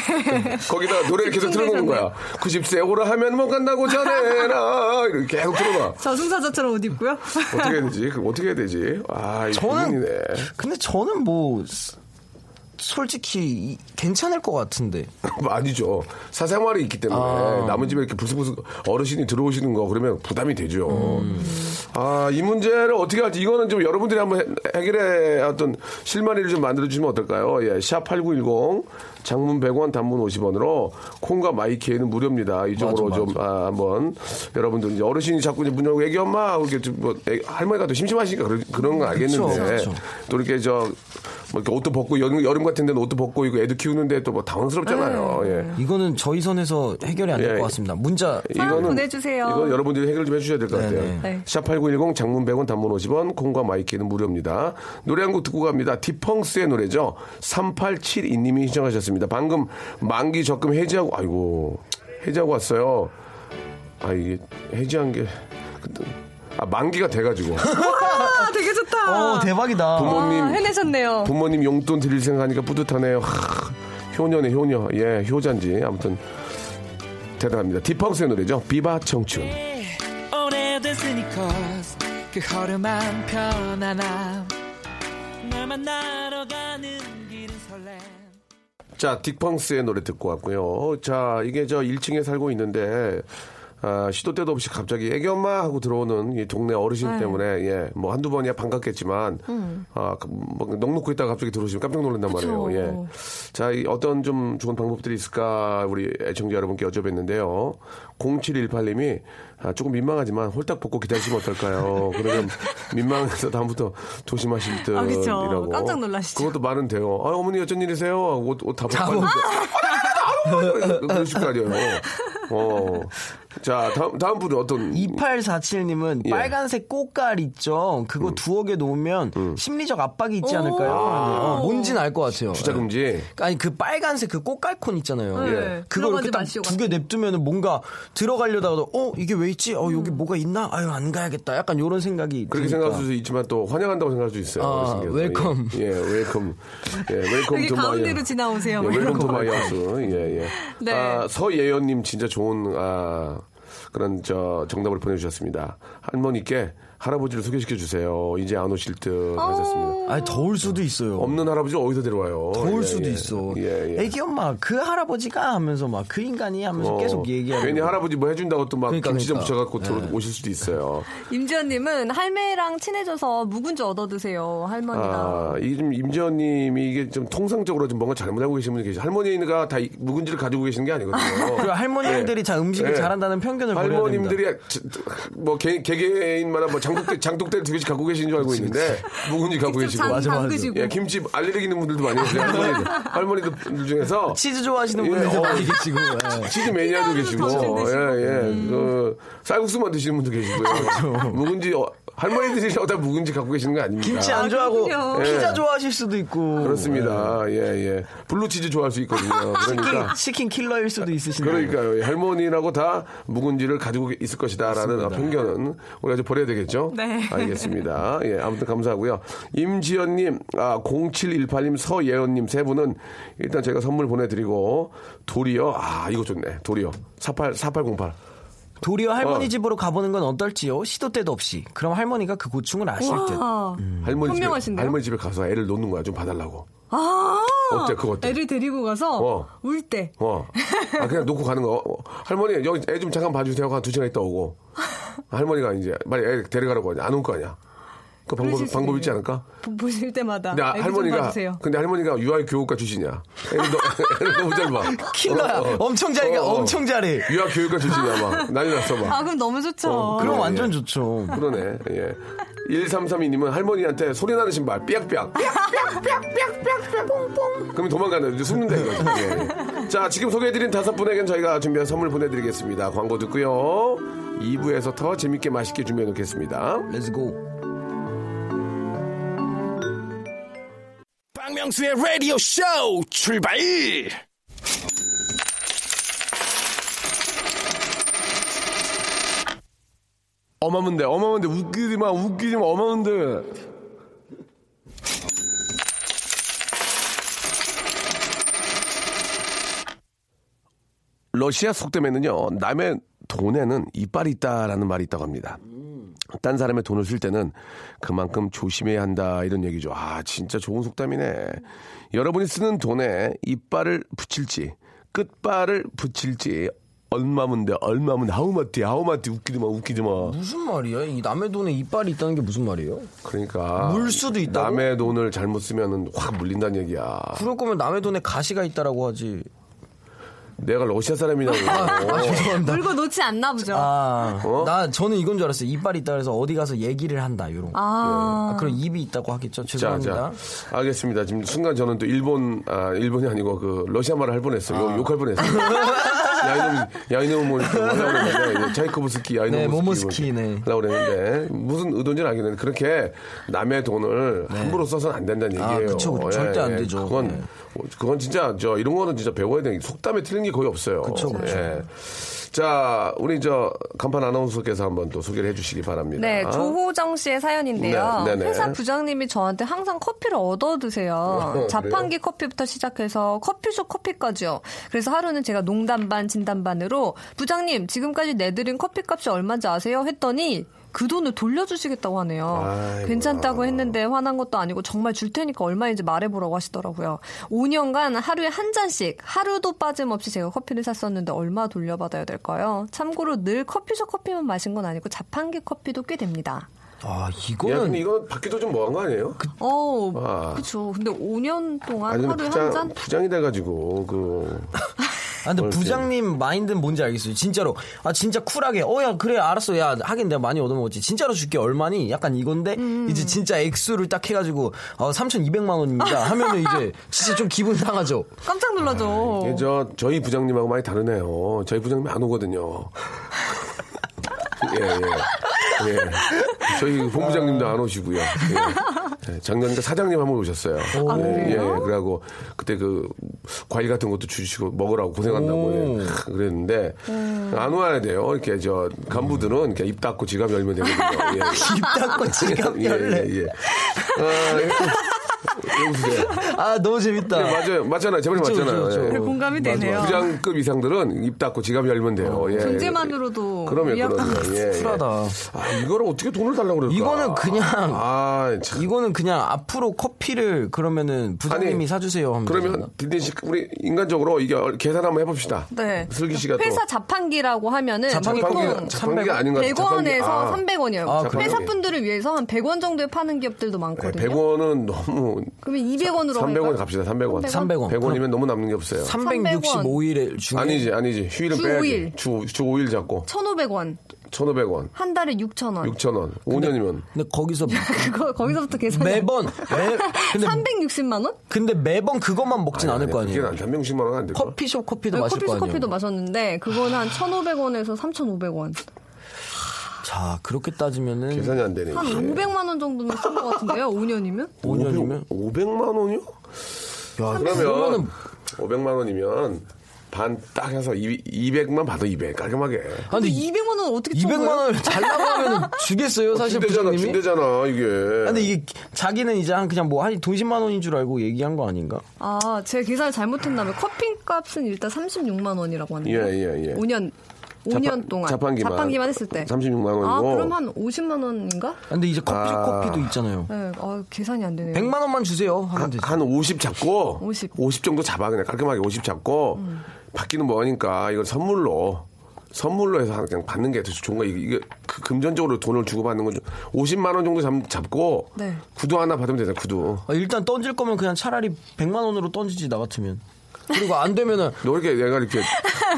Speaker 1: 거기다 노래를 계속 틀어놓는 거야. 90세 오라 하면 못 간다고 전해라. 이렇게 계속 틀어봐.
Speaker 7: 저승사자처럼 옷 입고요.
Speaker 1: 어떻게 해야 되지? 그럼 어떻게 해야 되지? 아, 이거
Speaker 6: 저는
Speaker 1: 고민이네.
Speaker 6: 근데 저는 뭐 스- 솔직히 이- 괜찮을 것 같은데
Speaker 1: 아니죠. 사생활이 있기 때문에
Speaker 6: 아.
Speaker 1: 남은 집에 이렇게 불쑥불쑥 어르신이 들어오시는 거 그러면 부담이 되죠. 아, 이 문제를 어떻게 할지 이거는 좀 여러분들이 한번 해- 해결해 어떤 실마리를 좀 만들어 주시면 어떨까요? 예. 샵8910 장문 100원 단문 50원으로 콩과 마이키에는 무료입니다. 이쪽으로
Speaker 6: 맞아,
Speaker 1: 좀 아, 한번 여러분들 이제 어르신이 자꾸 이제 문 열고 애기 엄마 이렇게 좀뭐 애- 할머니가 또 심심하시니까 그런, 그런 건
Speaker 7: 그렇죠.
Speaker 1: 알겠는데
Speaker 6: 그쵸, 그쵸.
Speaker 1: 또 이렇게 저뭐 이렇게 옷도 벗고 여름, 여름 같은 데는 옷도 벗고 이거 애도 키우는데 또 뭐 당황스럽잖아요.
Speaker 7: 네.
Speaker 1: 예.
Speaker 6: 이거는 저희 선에서 해결이 안 될
Speaker 1: 예.
Speaker 6: 것 같습니다. 문자
Speaker 7: 사연 보내주세요.
Speaker 1: 이건 여러분들이 해결 좀 해주셔야 될 것 같아요.
Speaker 6: 네.
Speaker 7: 네.
Speaker 1: 샵8910 장문 100원 단문 50원 콩과 마이키는 무료입니다. 노래 한 곡 듣고 갑니다. 디펑스의 노래죠. 3872님이 신청하셨습니다. 방금 만기 적금 해지하고 아이고 해지하고 왔어요. 아 이게 해지한 게 아, 만기가 돼가지고
Speaker 7: 아, 되게 좋다.
Speaker 6: 어 대박이다.
Speaker 1: 부모님
Speaker 7: 아, 해내셨네요.
Speaker 1: 부모님 용돈 드릴 생각하니까 뿌듯하네요. 하, 효녀네 효녀. 예, 효자인지 아무튼 대단합니다. 디펑스의 노래죠. 비바 청춘.
Speaker 3: 오래된 스니커스 그 허름한 편안함 널 만나러 가는 길은 설렘
Speaker 1: 자, 딕펑스의 노래 듣고 왔고요. 자, 이게 저 1층에 살고 있는데 아, 시도 때도 없이 갑자기 애기 엄마 하고 들어오는 이 동네 어르신 때문에 예, 뭐 한두 번이야 반갑겠지만 아, 그, 뭐 넉넉고 있다가 갑자기 들어오시면 깜짝 놀란단 말이에요. 예. 자, 이 어떤 좀 좋은 방법들이 있을까 우리 애청자 여러분께 여쭤봤는데요. 0718님이 아, 조금 민망하지만 홀딱 벗고 기다리시면 어떨까요? 그러면 민망해서 다음부터 조심하실 듯
Speaker 7: 아, 그쵸.
Speaker 1: 이라고.
Speaker 7: 깜짝 놀라시죠.
Speaker 1: 그것도 말은 돼요. 아, 어머니 어쩐 일이세요? 하고 옷, 옷다 벗고. 아, 그러실 거 아니에요. 어. 자, 다음, 다음 분은 어떤.
Speaker 6: 2847님은
Speaker 1: 예. 음.
Speaker 6: 빨간색 꽃갈 있죠. 그거 두억에 놓으면 심리적 압박이 있지 않을까요? 어, 뭔지는 알 것 같아요.
Speaker 1: 아. 투자금지. 음. 예.
Speaker 6: 아니 그 빨간색 그 꽃갈콘 있잖아요. 예.
Speaker 7: 네.
Speaker 6: 그걸
Speaker 7: 들어가지
Speaker 6: 이렇게
Speaker 7: 마시오.
Speaker 6: 딱두개 냅두면 뭔가 들어가려다가도 어 이게 왜 있지? 어
Speaker 7: 음.
Speaker 6: 여기 뭐가 있나? 아유 안 가야겠다. 약간 이런 생각이
Speaker 1: 그렇게
Speaker 6: 드니까.
Speaker 1: 생각할 수도 있지만 또 환영한다고 생각할 수 있어요.
Speaker 6: 그러니까. 아,
Speaker 1: 어르신께서.
Speaker 6: 웰컴.
Speaker 1: 예, 예, 웰컴. 예, 웰컴
Speaker 7: 여기
Speaker 1: 투 마이.
Speaker 7: 가운데로 지나오세요.
Speaker 6: 뭐
Speaker 1: 예, 웰컴 투 마이 하우스. 예, 예.
Speaker 7: 네.
Speaker 1: 아, 서예연님 진짜 좋은, 아, 그런 저 정답을 보내주셨습니다. 할머니께 할아버지를 소개시켜 주세요. 이제 안 오실 듯 하셨습니다.
Speaker 6: 아니 더울 수도 있어요.
Speaker 1: 없는 할아버지가 어디서 데려와요?
Speaker 6: 어. 더울
Speaker 1: 예,
Speaker 6: 수도
Speaker 1: 예.
Speaker 6: 있어.
Speaker 1: 예, 예.
Speaker 6: 애기 엄마 그 할아버지가 하면서 막 그 인간이 하면서
Speaker 1: 어,
Speaker 6: 계속 얘기하고
Speaker 1: 괜히 할아버지 뭐 해준다고 또 막
Speaker 6: 그러니까,
Speaker 1: 김치 좀
Speaker 6: 그러니까.
Speaker 1: 부쳐갖고 들어 오실 수도 있어요.
Speaker 7: 임지연님은 할매랑 친해져서 묵은지 얻어 드세요. 할머니랑.
Speaker 1: 아, 이좀 임지연님이 이게 좀 통상적으로 좀 뭔가 잘못하고 계신 분이 계시. 할머니가 다 이- 묵은지를 가지고 계시는 게
Speaker 6: 그리고
Speaker 1: 아니거든요.
Speaker 6: 할머님들이 다 음식을
Speaker 1: 예.
Speaker 6: 잘한다는 편견을 버려야 됩니다.
Speaker 1: 할머님들이 자- 뭐 개, 개개인마다 뭐 장독대 장독대를 두 개씩 갖고 계신 줄 알고 있는데 묵은지 갖고
Speaker 7: 직접
Speaker 1: 계시고
Speaker 7: 장
Speaker 6: 맞아, 맞아.
Speaker 7: 담그시고.
Speaker 1: 예 김치 알레르기 있는 분들도 많이 계세요 할머니들 할머니들 중에서
Speaker 6: 치즈 좋아하시는
Speaker 1: 예,
Speaker 6: 분들
Speaker 1: 어.
Speaker 6: 많이 계시고 예.
Speaker 1: 치즈 매니아도
Speaker 7: 더
Speaker 1: 계시고,
Speaker 7: 드시고.
Speaker 1: 예, 예. 그, 쌀국수만 드시는 분도 계시고요. 묵은지, 어, 할머니들이 다 묵은지 갖고 계시는 거 아닙니까?
Speaker 6: 김치 안 좋아하고
Speaker 7: 그렇군요.
Speaker 6: 피자
Speaker 1: 예. 좋아하실
Speaker 6: 좋아하실 수도 있고
Speaker 1: 그렇습니다. 예, 예. 블루치즈 좋아할 수 있거든요. 그러니까.
Speaker 6: 치킨 킬러일 수도
Speaker 7: 네.
Speaker 6: 있으신데
Speaker 1: 그러니까요. 예, 할머니라고 다 묵은지를 가지고 있을 것이다라는 아, 편견은 우리가 좀 버려야 되겠죠?
Speaker 7: 네.
Speaker 1: 알겠습니다. 예, 아무튼 감사하고요. 임지연님, 아, 0718님, 서예원님 세 분은 일단 제가 선물 보내드리고 도리어, 아, 이거 좋네. 도리어. 48, 4808.
Speaker 6: 도리어 할머니
Speaker 1: 어.
Speaker 6: 집으로 가보는 건 어떨지요? 시도 때도 없이 그럼 할머니가 그 고충을 아실 듯
Speaker 7: 아.
Speaker 1: 음. 할머니 집에,
Speaker 7: 현명하신데요?
Speaker 1: 할머니 집에 가서 애를 놓는 거야. 좀 봐달라고.
Speaker 7: 아.
Speaker 1: 어때, 그거 어때?
Speaker 7: 애를 데리고 가서
Speaker 1: 어.
Speaker 7: 울 때.
Speaker 1: 어. 아, 그냥 놓고 가는 거. 어, 할머니, 여기 애 좀 잠깐 봐주세요. 하고 한두 시간 있다 오고. 할머니가 이제, 빨리 애 데려가라고 하냐. 안올 거 아니야. 그 방법
Speaker 7: 그러실 수
Speaker 1: 방법
Speaker 7: 있네요.
Speaker 1: 있지 않을까?
Speaker 7: 보- 보실 때마다
Speaker 1: 근데 아,
Speaker 7: 애교 좀
Speaker 1: 할머니가
Speaker 7: 봐주세요.
Speaker 1: 근데 할머니가 유아교 교육과 출신이야. 애를 너- 애를 너무 짧아.
Speaker 8: 킬러야.
Speaker 1: 어.
Speaker 8: 엄청 잘해, 엄청 잘해.
Speaker 1: 유아 교육과 출신이야 막 난리 났어 막.
Speaker 7: 아 그럼 너무 좋죠.
Speaker 1: 예,
Speaker 8: 그럼 완전 좋죠.
Speaker 1: 그러네. 예. 1332님은 할머니한테 소리 나는 신발 삐약삐약. 그러면 도망간다. 이제 숨는다 이거죠. 예, 예. 자, 지금 소개해드린 다섯 분에겐 저희가 준비한 선물 보내드리겠습니다. 광고 듣고요. 2부에서 더 재밌게 맛있게 준비해놓겠습니다.
Speaker 8: 렛츠고.
Speaker 4: 박명수의 라디오 쇼 출발!
Speaker 1: 어마문데, 어마문데, 웃기지 마, 웃기지 마, 어마문데. 러시아 속담에는요, 남의 돈에는 이빨이 있다라는 말이 있다고 합니다. 딴 사람의 돈을 쓸 때는 그만큼 조심해야 한다 이런 얘기죠. 아 진짜 좋은 속담이네. 여러분이 쓰는 돈에 이빨을 붙일지 끝발을 붙일지 얼마문데 얼마문데 하우마티 하우마티 웃기지 마 웃기지 마.
Speaker 6: 무슨 말이야? 이 남의 돈에 이빨이 있다는 게 무슨 말이에요?
Speaker 1: 그러니까
Speaker 6: 물 수도 있다고?
Speaker 1: 남의 돈을 잘못 쓰면은 확 물린다는 얘기야.
Speaker 6: 그럴 거면 남의 돈에 가시가 있다라고 하지.
Speaker 1: 내가 러시아 사람이냐고. 어.
Speaker 6: 아, 죄송합니다.
Speaker 7: 물고 놓지 않나 보죠. 아,
Speaker 6: 아, 나 저는 이건 줄 알았어요. 이빨이 있다 그래서 어디 가서 얘기를 한다 이런. 거. 아, 그럼 입이 있다고 하겠죠.
Speaker 1: 자,
Speaker 6: 죄송합니다.
Speaker 1: 자, 알겠습니다. 지금 순간 저는 또 일본, 아, 일본이 아니고 그 러시아 말을 할 뻔했어요. 욕- 욕할 뻔했어요. 야이놈, 야이놈은 뭐, 이렇게 하려고 그랬는데, 차이코브스키, 뭐 야이놈
Speaker 6: 네,
Speaker 1: 모모스키
Speaker 6: 모모스키, 네.
Speaker 1: 하려고 그랬는데, 무슨 의도인지는 알겠는데, 그렇게 남의 돈을 함부로 써서는 안 된다는
Speaker 6: 네. 아,
Speaker 1: 얘기예요.
Speaker 6: 그쵸, 그쵸. 절대 안 되죠.
Speaker 1: 그건, 뭐,
Speaker 6: 네.
Speaker 1: 그건 진짜, 저, 이런 거는 진짜 배워야 되는, 게 속담에 틀린 게 거의 없어요.
Speaker 6: 그쵸, 그쵸.
Speaker 1: 예. 자, 우리 저, 간판 아나운서께서 한번 또 소개를 해주시기 바랍니다.
Speaker 7: 네, 조호정 씨의 사연인데요.
Speaker 1: 네, 네, 네.
Speaker 7: 회사 부장님이 저한테 항상 커피를 얻어 드세요.
Speaker 1: 그래요?
Speaker 7: 자판기 커피부터 시작해서 커피숍 커피까지요. 그래서 하루는 제가 농담 반 진담 반으로 부장님 지금까지 내드린 커피값이 얼마인지 아세요? 했더니 그 돈을 돌려주시겠다고 하네요.
Speaker 1: 아이고.
Speaker 7: 괜찮다고 했는데 화난 것도 아니고 정말 줄 테니까 얼마인지 말해보라고 하시더라고요. 5년간 하루에 한 잔씩 하루도 빠짐없이 제가 커피를 샀었는데 얼마 돌려받아야 될까요? 참고로 늘 커피숍 커피만 마신 건 아니고 자판기 커피도 꽤 됩니다.
Speaker 6: 아,
Speaker 1: 야,
Speaker 6: 이거는
Speaker 1: 예, 근데 이건 받기도 좀 뭐한 거 아니에요?
Speaker 7: 어,
Speaker 1: 아.
Speaker 7: 그쵸. 근데 5년 동안
Speaker 1: 아니면
Speaker 7: 하루에
Speaker 1: 부장,
Speaker 7: 한 잔?
Speaker 1: 부장이 돼가지고 그
Speaker 6: 아, 근데 부장님 마인드는 뭔지 알겠어요. 진짜로. 아, 진짜 쿨하게. 어, 야, 그래, 알았어. 야, 하긴 내가 많이 얻어먹었지. 진짜로 줄게. 얼마니? 약간 이건데, 이제 진짜 액수를 딱 해가지고, 어, 3,200만원입니다. 하면은 이제, 진짜 좀 기분 상하죠.
Speaker 7: 깜짝 놀라죠.
Speaker 1: 아, 이게 저 저희 부장님하고 많이 다르네요. 저희 부장님 안 오거든요. 예, 예. 예. 저희 본부장님도 안 오시고요. 예. 예, 작년에 사장님 한 번 오셨어요. 예, 예, 그래갖고 그때 그 과일 같은 것도 주시고 먹으라고 고생한다고 예. 크, 그랬는데 안 와야 돼요. 이렇게 저 간부들은 이렇게 입 닫고 지갑 열면 되거든요. 예.
Speaker 6: 입 닫고 지갑
Speaker 1: 예,
Speaker 6: 열래.
Speaker 1: 예, 예. 아, 예. 웃으세요.
Speaker 6: 아, 너무 재밌다.
Speaker 1: 예, 맞아요. 맞잖아요. 제발
Speaker 6: 그쵸,
Speaker 1: 맞잖아요.
Speaker 6: 그쵸, 그쵸.
Speaker 1: 예.
Speaker 7: 공감이
Speaker 6: 맞아.
Speaker 7: 되네요.
Speaker 1: 부장급 이상들은 입 닫고 지갑 열면 돼요. 예.
Speaker 7: 존재만으로도
Speaker 1: 그러면
Speaker 7: 위압감.
Speaker 1: 그러면 예, 예.
Speaker 6: 쿨하다.
Speaker 1: 아, 이거를 어떻게 돈을 달라고 그럴까?
Speaker 6: 이거는 그냥-
Speaker 1: 아, 참.
Speaker 6: 이거는 그냥 앞으로 커피를 그러면은 부장님이
Speaker 1: 아니,
Speaker 6: 사주세요 하면
Speaker 1: 그러면
Speaker 6: 되잖아.
Speaker 1: 디딘 씨 우리 인간적으로 이게 계산 한번 해 봅시다.
Speaker 7: 네.
Speaker 1: 슬기 씨가 또
Speaker 7: 회사 자판기라고 하면은
Speaker 6: 자판기
Speaker 7: 보통
Speaker 1: 자판기 자판기가 아닌 것 같아요.
Speaker 7: 100원에서
Speaker 1: 아.
Speaker 7: 300원이에요.
Speaker 6: 아,
Speaker 1: 그래요?
Speaker 7: 회사 분들을 위해서 한 100원 정도에 파는 기업들도
Speaker 1: 네,
Speaker 7: 많거든요.
Speaker 1: 100원은 너무
Speaker 7: 그러면 200원으로
Speaker 1: 300원 갑시다. 300원.
Speaker 6: 300원.
Speaker 1: 100원이면 너무 남는 게 없어요.
Speaker 6: 365일 중에.
Speaker 1: 아니지, 아니지. 휴일은
Speaker 7: 주
Speaker 1: 빼야지.
Speaker 7: 오일.
Speaker 1: 주, 주 5일 잡고
Speaker 7: 1,500원.
Speaker 1: 1,500원,
Speaker 7: 한 달에 6,000원.
Speaker 1: 6,000원, 5년이면
Speaker 6: 근데 거기서
Speaker 7: 그거 거기서부터 계산.
Speaker 6: 매번, 매, 근데, 뭐-
Speaker 7: 360만 원?
Speaker 6: 근데 매번 그것만 먹진 않을 거 아니에요.
Speaker 1: 그게 한 명씩만 원안 될까?
Speaker 6: 커피숍 커피도
Speaker 7: 네,
Speaker 6: 마실 거
Speaker 7: 커피숍
Speaker 6: 아니에요.
Speaker 7: 커피도 마셨는데 그거는 한 1,500원에서 3,500원.
Speaker 6: 자, 그렇게 따지면은
Speaker 1: 계산이 안 되네.
Speaker 7: 한
Speaker 1: 이게.
Speaker 7: 500만 원 정도는 쓴 것 같은데요. 5년이면?
Speaker 6: 5년이면
Speaker 1: 500만 원이요? 아,
Speaker 6: 야,
Speaker 1: 그러면 500만 원이면 반 딱 해서 200만 받아 200 깔끔하게.
Speaker 6: 아,
Speaker 7: 근데
Speaker 6: 근데
Speaker 7: 200만 원은 어떻게 친
Speaker 6: 200만
Speaker 7: 거예요?
Speaker 6: 원을 달라고 하면 주겠어요, 사실
Speaker 1: 준대잖아,
Speaker 6: 부장님이.
Speaker 1: 준대잖아 이게.
Speaker 6: 아, 근데 이게 자기는 이제 한 그냥 뭐 한 돈 10만 원인 줄 알고 얘기한 거 아닌가?
Speaker 7: 아, 제 계산을 잘못했나 봐요. 커피 값은 일단 36만 원이라고 하는데.
Speaker 1: 예, 예, 예.
Speaker 7: 5년 5년 동안
Speaker 1: 자판기만.
Speaker 7: 했을 때
Speaker 1: 36만 원이고.
Speaker 7: 아, 그럼 한 50만 원인가?
Speaker 6: 아, 근데 이제 커피숍
Speaker 1: 아.
Speaker 6: 커피도 있잖아요.
Speaker 7: 네, 아, 계산이 안 되네요.
Speaker 6: 100만 원만 주세요 하면 되지.
Speaker 1: 한 50 잡고
Speaker 7: 50.
Speaker 1: 50 정도 잡아 그냥 깔끔하게 50 잡고 받기는 뭐하니까 이걸 선물로 선물로 해서 그냥 받는 게 더 좋은 거 이게 그 금전적으로 돈을 주고 받는 건 좀- 50만 원 정도 잡, 잡고
Speaker 7: 네.
Speaker 1: 구두 하나 받으면 되잖아 구두.
Speaker 6: 아, 일단 던질 거면 그냥 차라리 100만 원으로 던지지 나 같으면. 그리고 안 되면은
Speaker 1: 너 이렇게 내가 이렇게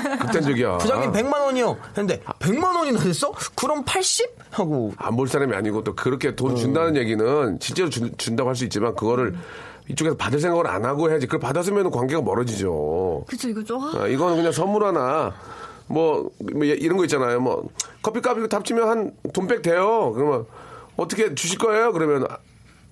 Speaker 1: 극단적이야.
Speaker 6: 부장님 100만 원이요. 근데 100만 원이나 됐어? 그럼 80? 하고
Speaker 1: 안 볼 사람이 아니고 또 그렇게 돈
Speaker 6: 음.
Speaker 1: 준다는 얘기는 실제로 준, 준다고 할 수 있지만 그거를 이쪽에서 받을 생각을 안 하고 해야지. 그걸 받았으면 관계가 멀어지죠.
Speaker 7: 그쵸 이거 좀 아,
Speaker 1: 아, 이거는 그냥 선물 하나. 뭐, 뭐 예, 이런 거 있잖아요. 뭐 커피값 이거 탑치면 한 돈백 돼요. 그러면 어떻게 주실 거예요? 그러면 아,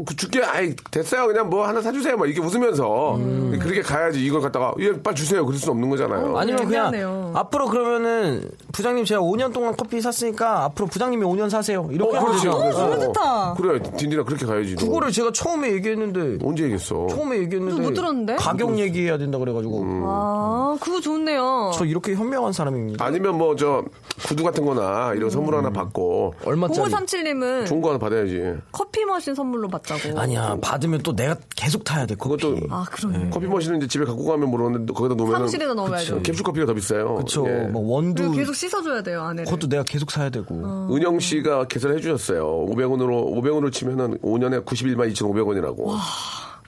Speaker 1: 그 줄게 아이 됐어요 그냥 뭐 하나 사주세요 막 이렇게 웃으면서 그렇게 가야지 이걸 갖다가 예 빨리 주세요 그럴 수는 없는
Speaker 7: 어,
Speaker 1: 거잖아요
Speaker 6: 아니면 그냥
Speaker 7: 애매하네요.
Speaker 6: 앞으로 그러면은 부장님 제가 5년 동안 커피 샀으니까 앞으로 부장님이 5년 사세요. 이렇게 하면
Speaker 1: 그렇죠.
Speaker 6: 되죠.
Speaker 7: 어, 너무 좋다.
Speaker 1: 어, 그래 딘딘아 그렇게 가야지 너.
Speaker 6: 그거를 제가 처음에 얘기했는데
Speaker 1: 언제 얘기했어
Speaker 6: 처음에 얘기했는데
Speaker 7: 못 들었는데?
Speaker 6: 가격 얘기해야 된다 그래가지고
Speaker 1: 음.
Speaker 7: 아, 그거 좋네요.
Speaker 6: 저 이렇게 현명한 사람입니다.
Speaker 1: 아니면 뭐 저 구두 같은 거나 이런 선물 하나 받고
Speaker 6: 얼마짜리?
Speaker 7: 5537님은
Speaker 1: 좋은 거 하나 받아야지.
Speaker 7: 커피 머신 선물로 받자고.
Speaker 6: 아니야 받으면 또 내가 계속 타야 돼.
Speaker 1: 그것도
Speaker 7: 아 그러네.
Speaker 1: 커피 머신은 이제 집에 갖고 가면 모르는데 거기다 놓으면
Speaker 7: 사무실에다 넣어야죠.
Speaker 1: 캡슐 커피가 더 비싸요.
Speaker 6: 그렇죠.
Speaker 1: 예.
Speaker 6: 막
Speaker 7: 그리고
Speaker 6: 원두
Speaker 7: 계속 씻어줘야 돼요 안에.
Speaker 6: 그것도 내가 계속 사야 되고.
Speaker 1: 은영 씨가 계산해 주셨어요. 500원으로 500원으로 치면은 5년에 91만 2,500원이라고.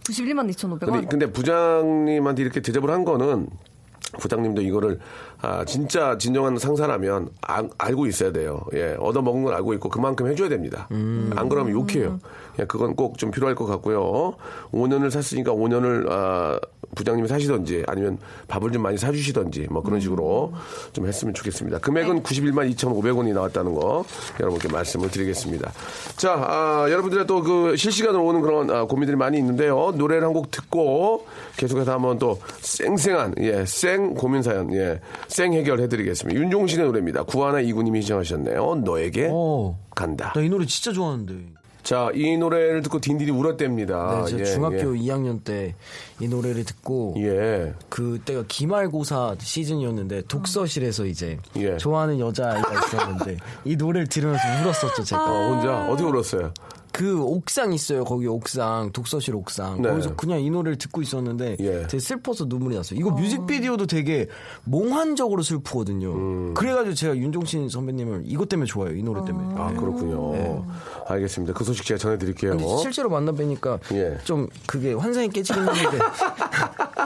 Speaker 7: 91만 아, 2,500원.
Speaker 1: 근데, 근데 부장님한테 이렇게 대접을 한 거는 부장님도 이거를 아, 진짜 진정한 상사라면 아- 알고 있어야 돼요. 예, 얻어먹은 걸 알고 있고 그만큼 해줘야 됩니다. 안 그러면 욕해요. 예, 그건 꼭 좀 필요할 것 같고요. 5년을 샀으니까 5년을 아, 부장님이 사시던지 아니면 밥을 좀 많이 사주시던지 뭐 그런 식으로 좀 했으면 좋겠습니다. 금액은 91만 2,500원이 나왔다는 거 여러분께 말씀을 드리겠습니다. 자, 아, 여러분들의 또 그 실시간으로 오는 그런 아, 고민들이 많이 있는데요. 노래를 한 곡 듣고 계속해서 한번 또 쌩쌩한 예, 쌩 고민 사연 예, 쌩 해결해 드리겠습니다. 윤종신의 노래입니다. 구하나 이구님이 신청하셨네요. 너에게
Speaker 6: 어.
Speaker 1: 간다.
Speaker 6: 나 이 노래 진짜 좋아하는데.
Speaker 1: 자, 이 노래를 듣고 딘딘이 울었답니다.
Speaker 6: 네, 제가
Speaker 1: 예,
Speaker 6: 중학교
Speaker 1: 예.
Speaker 6: 2학년 때 이 노래를 듣고
Speaker 1: 예.
Speaker 6: 그때가 기말고사 시즌이었는데 독서실에서 이제
Speaker 1: 예.
Speaker 6: 좋아하는 여자아이가 있었는데 이 노래를 들으면서 울었었죠
Speaker 1: 어,
Speaker 6: 제가
Speaker 1: 혼자 어떻게 울었어요?
Speaker 6: 그 옥상 있어요 거기 옥상 독서실 옥상
Speaker 1: 네.
Speaker 6: 거기서 그냥 이 노래를 듣고 있었는데
Speaker 1: 예.
Speaker 6: 되게 슬퍼서 눈물이 났어요 이거 뮤직비디오도 되게 몽환적으로 슬프거든요
Speaker 1: 음.
Speaker 6: 그래가지고 제가 윤종신 선배님을 이것 때문에 좋아해요 이 노래 때문에
Speaker 1: 아,
Speaker 6: 네.
Speaker 1: 그렇군요. 알겠습니다. 그 소식 제가 전해 드릴게요.
Speaker 6: 근데 실제로 만나 뵈니까
Speaker 1: 예.
Speaker 6: 좀 그게 환상이 깨지긴 했는데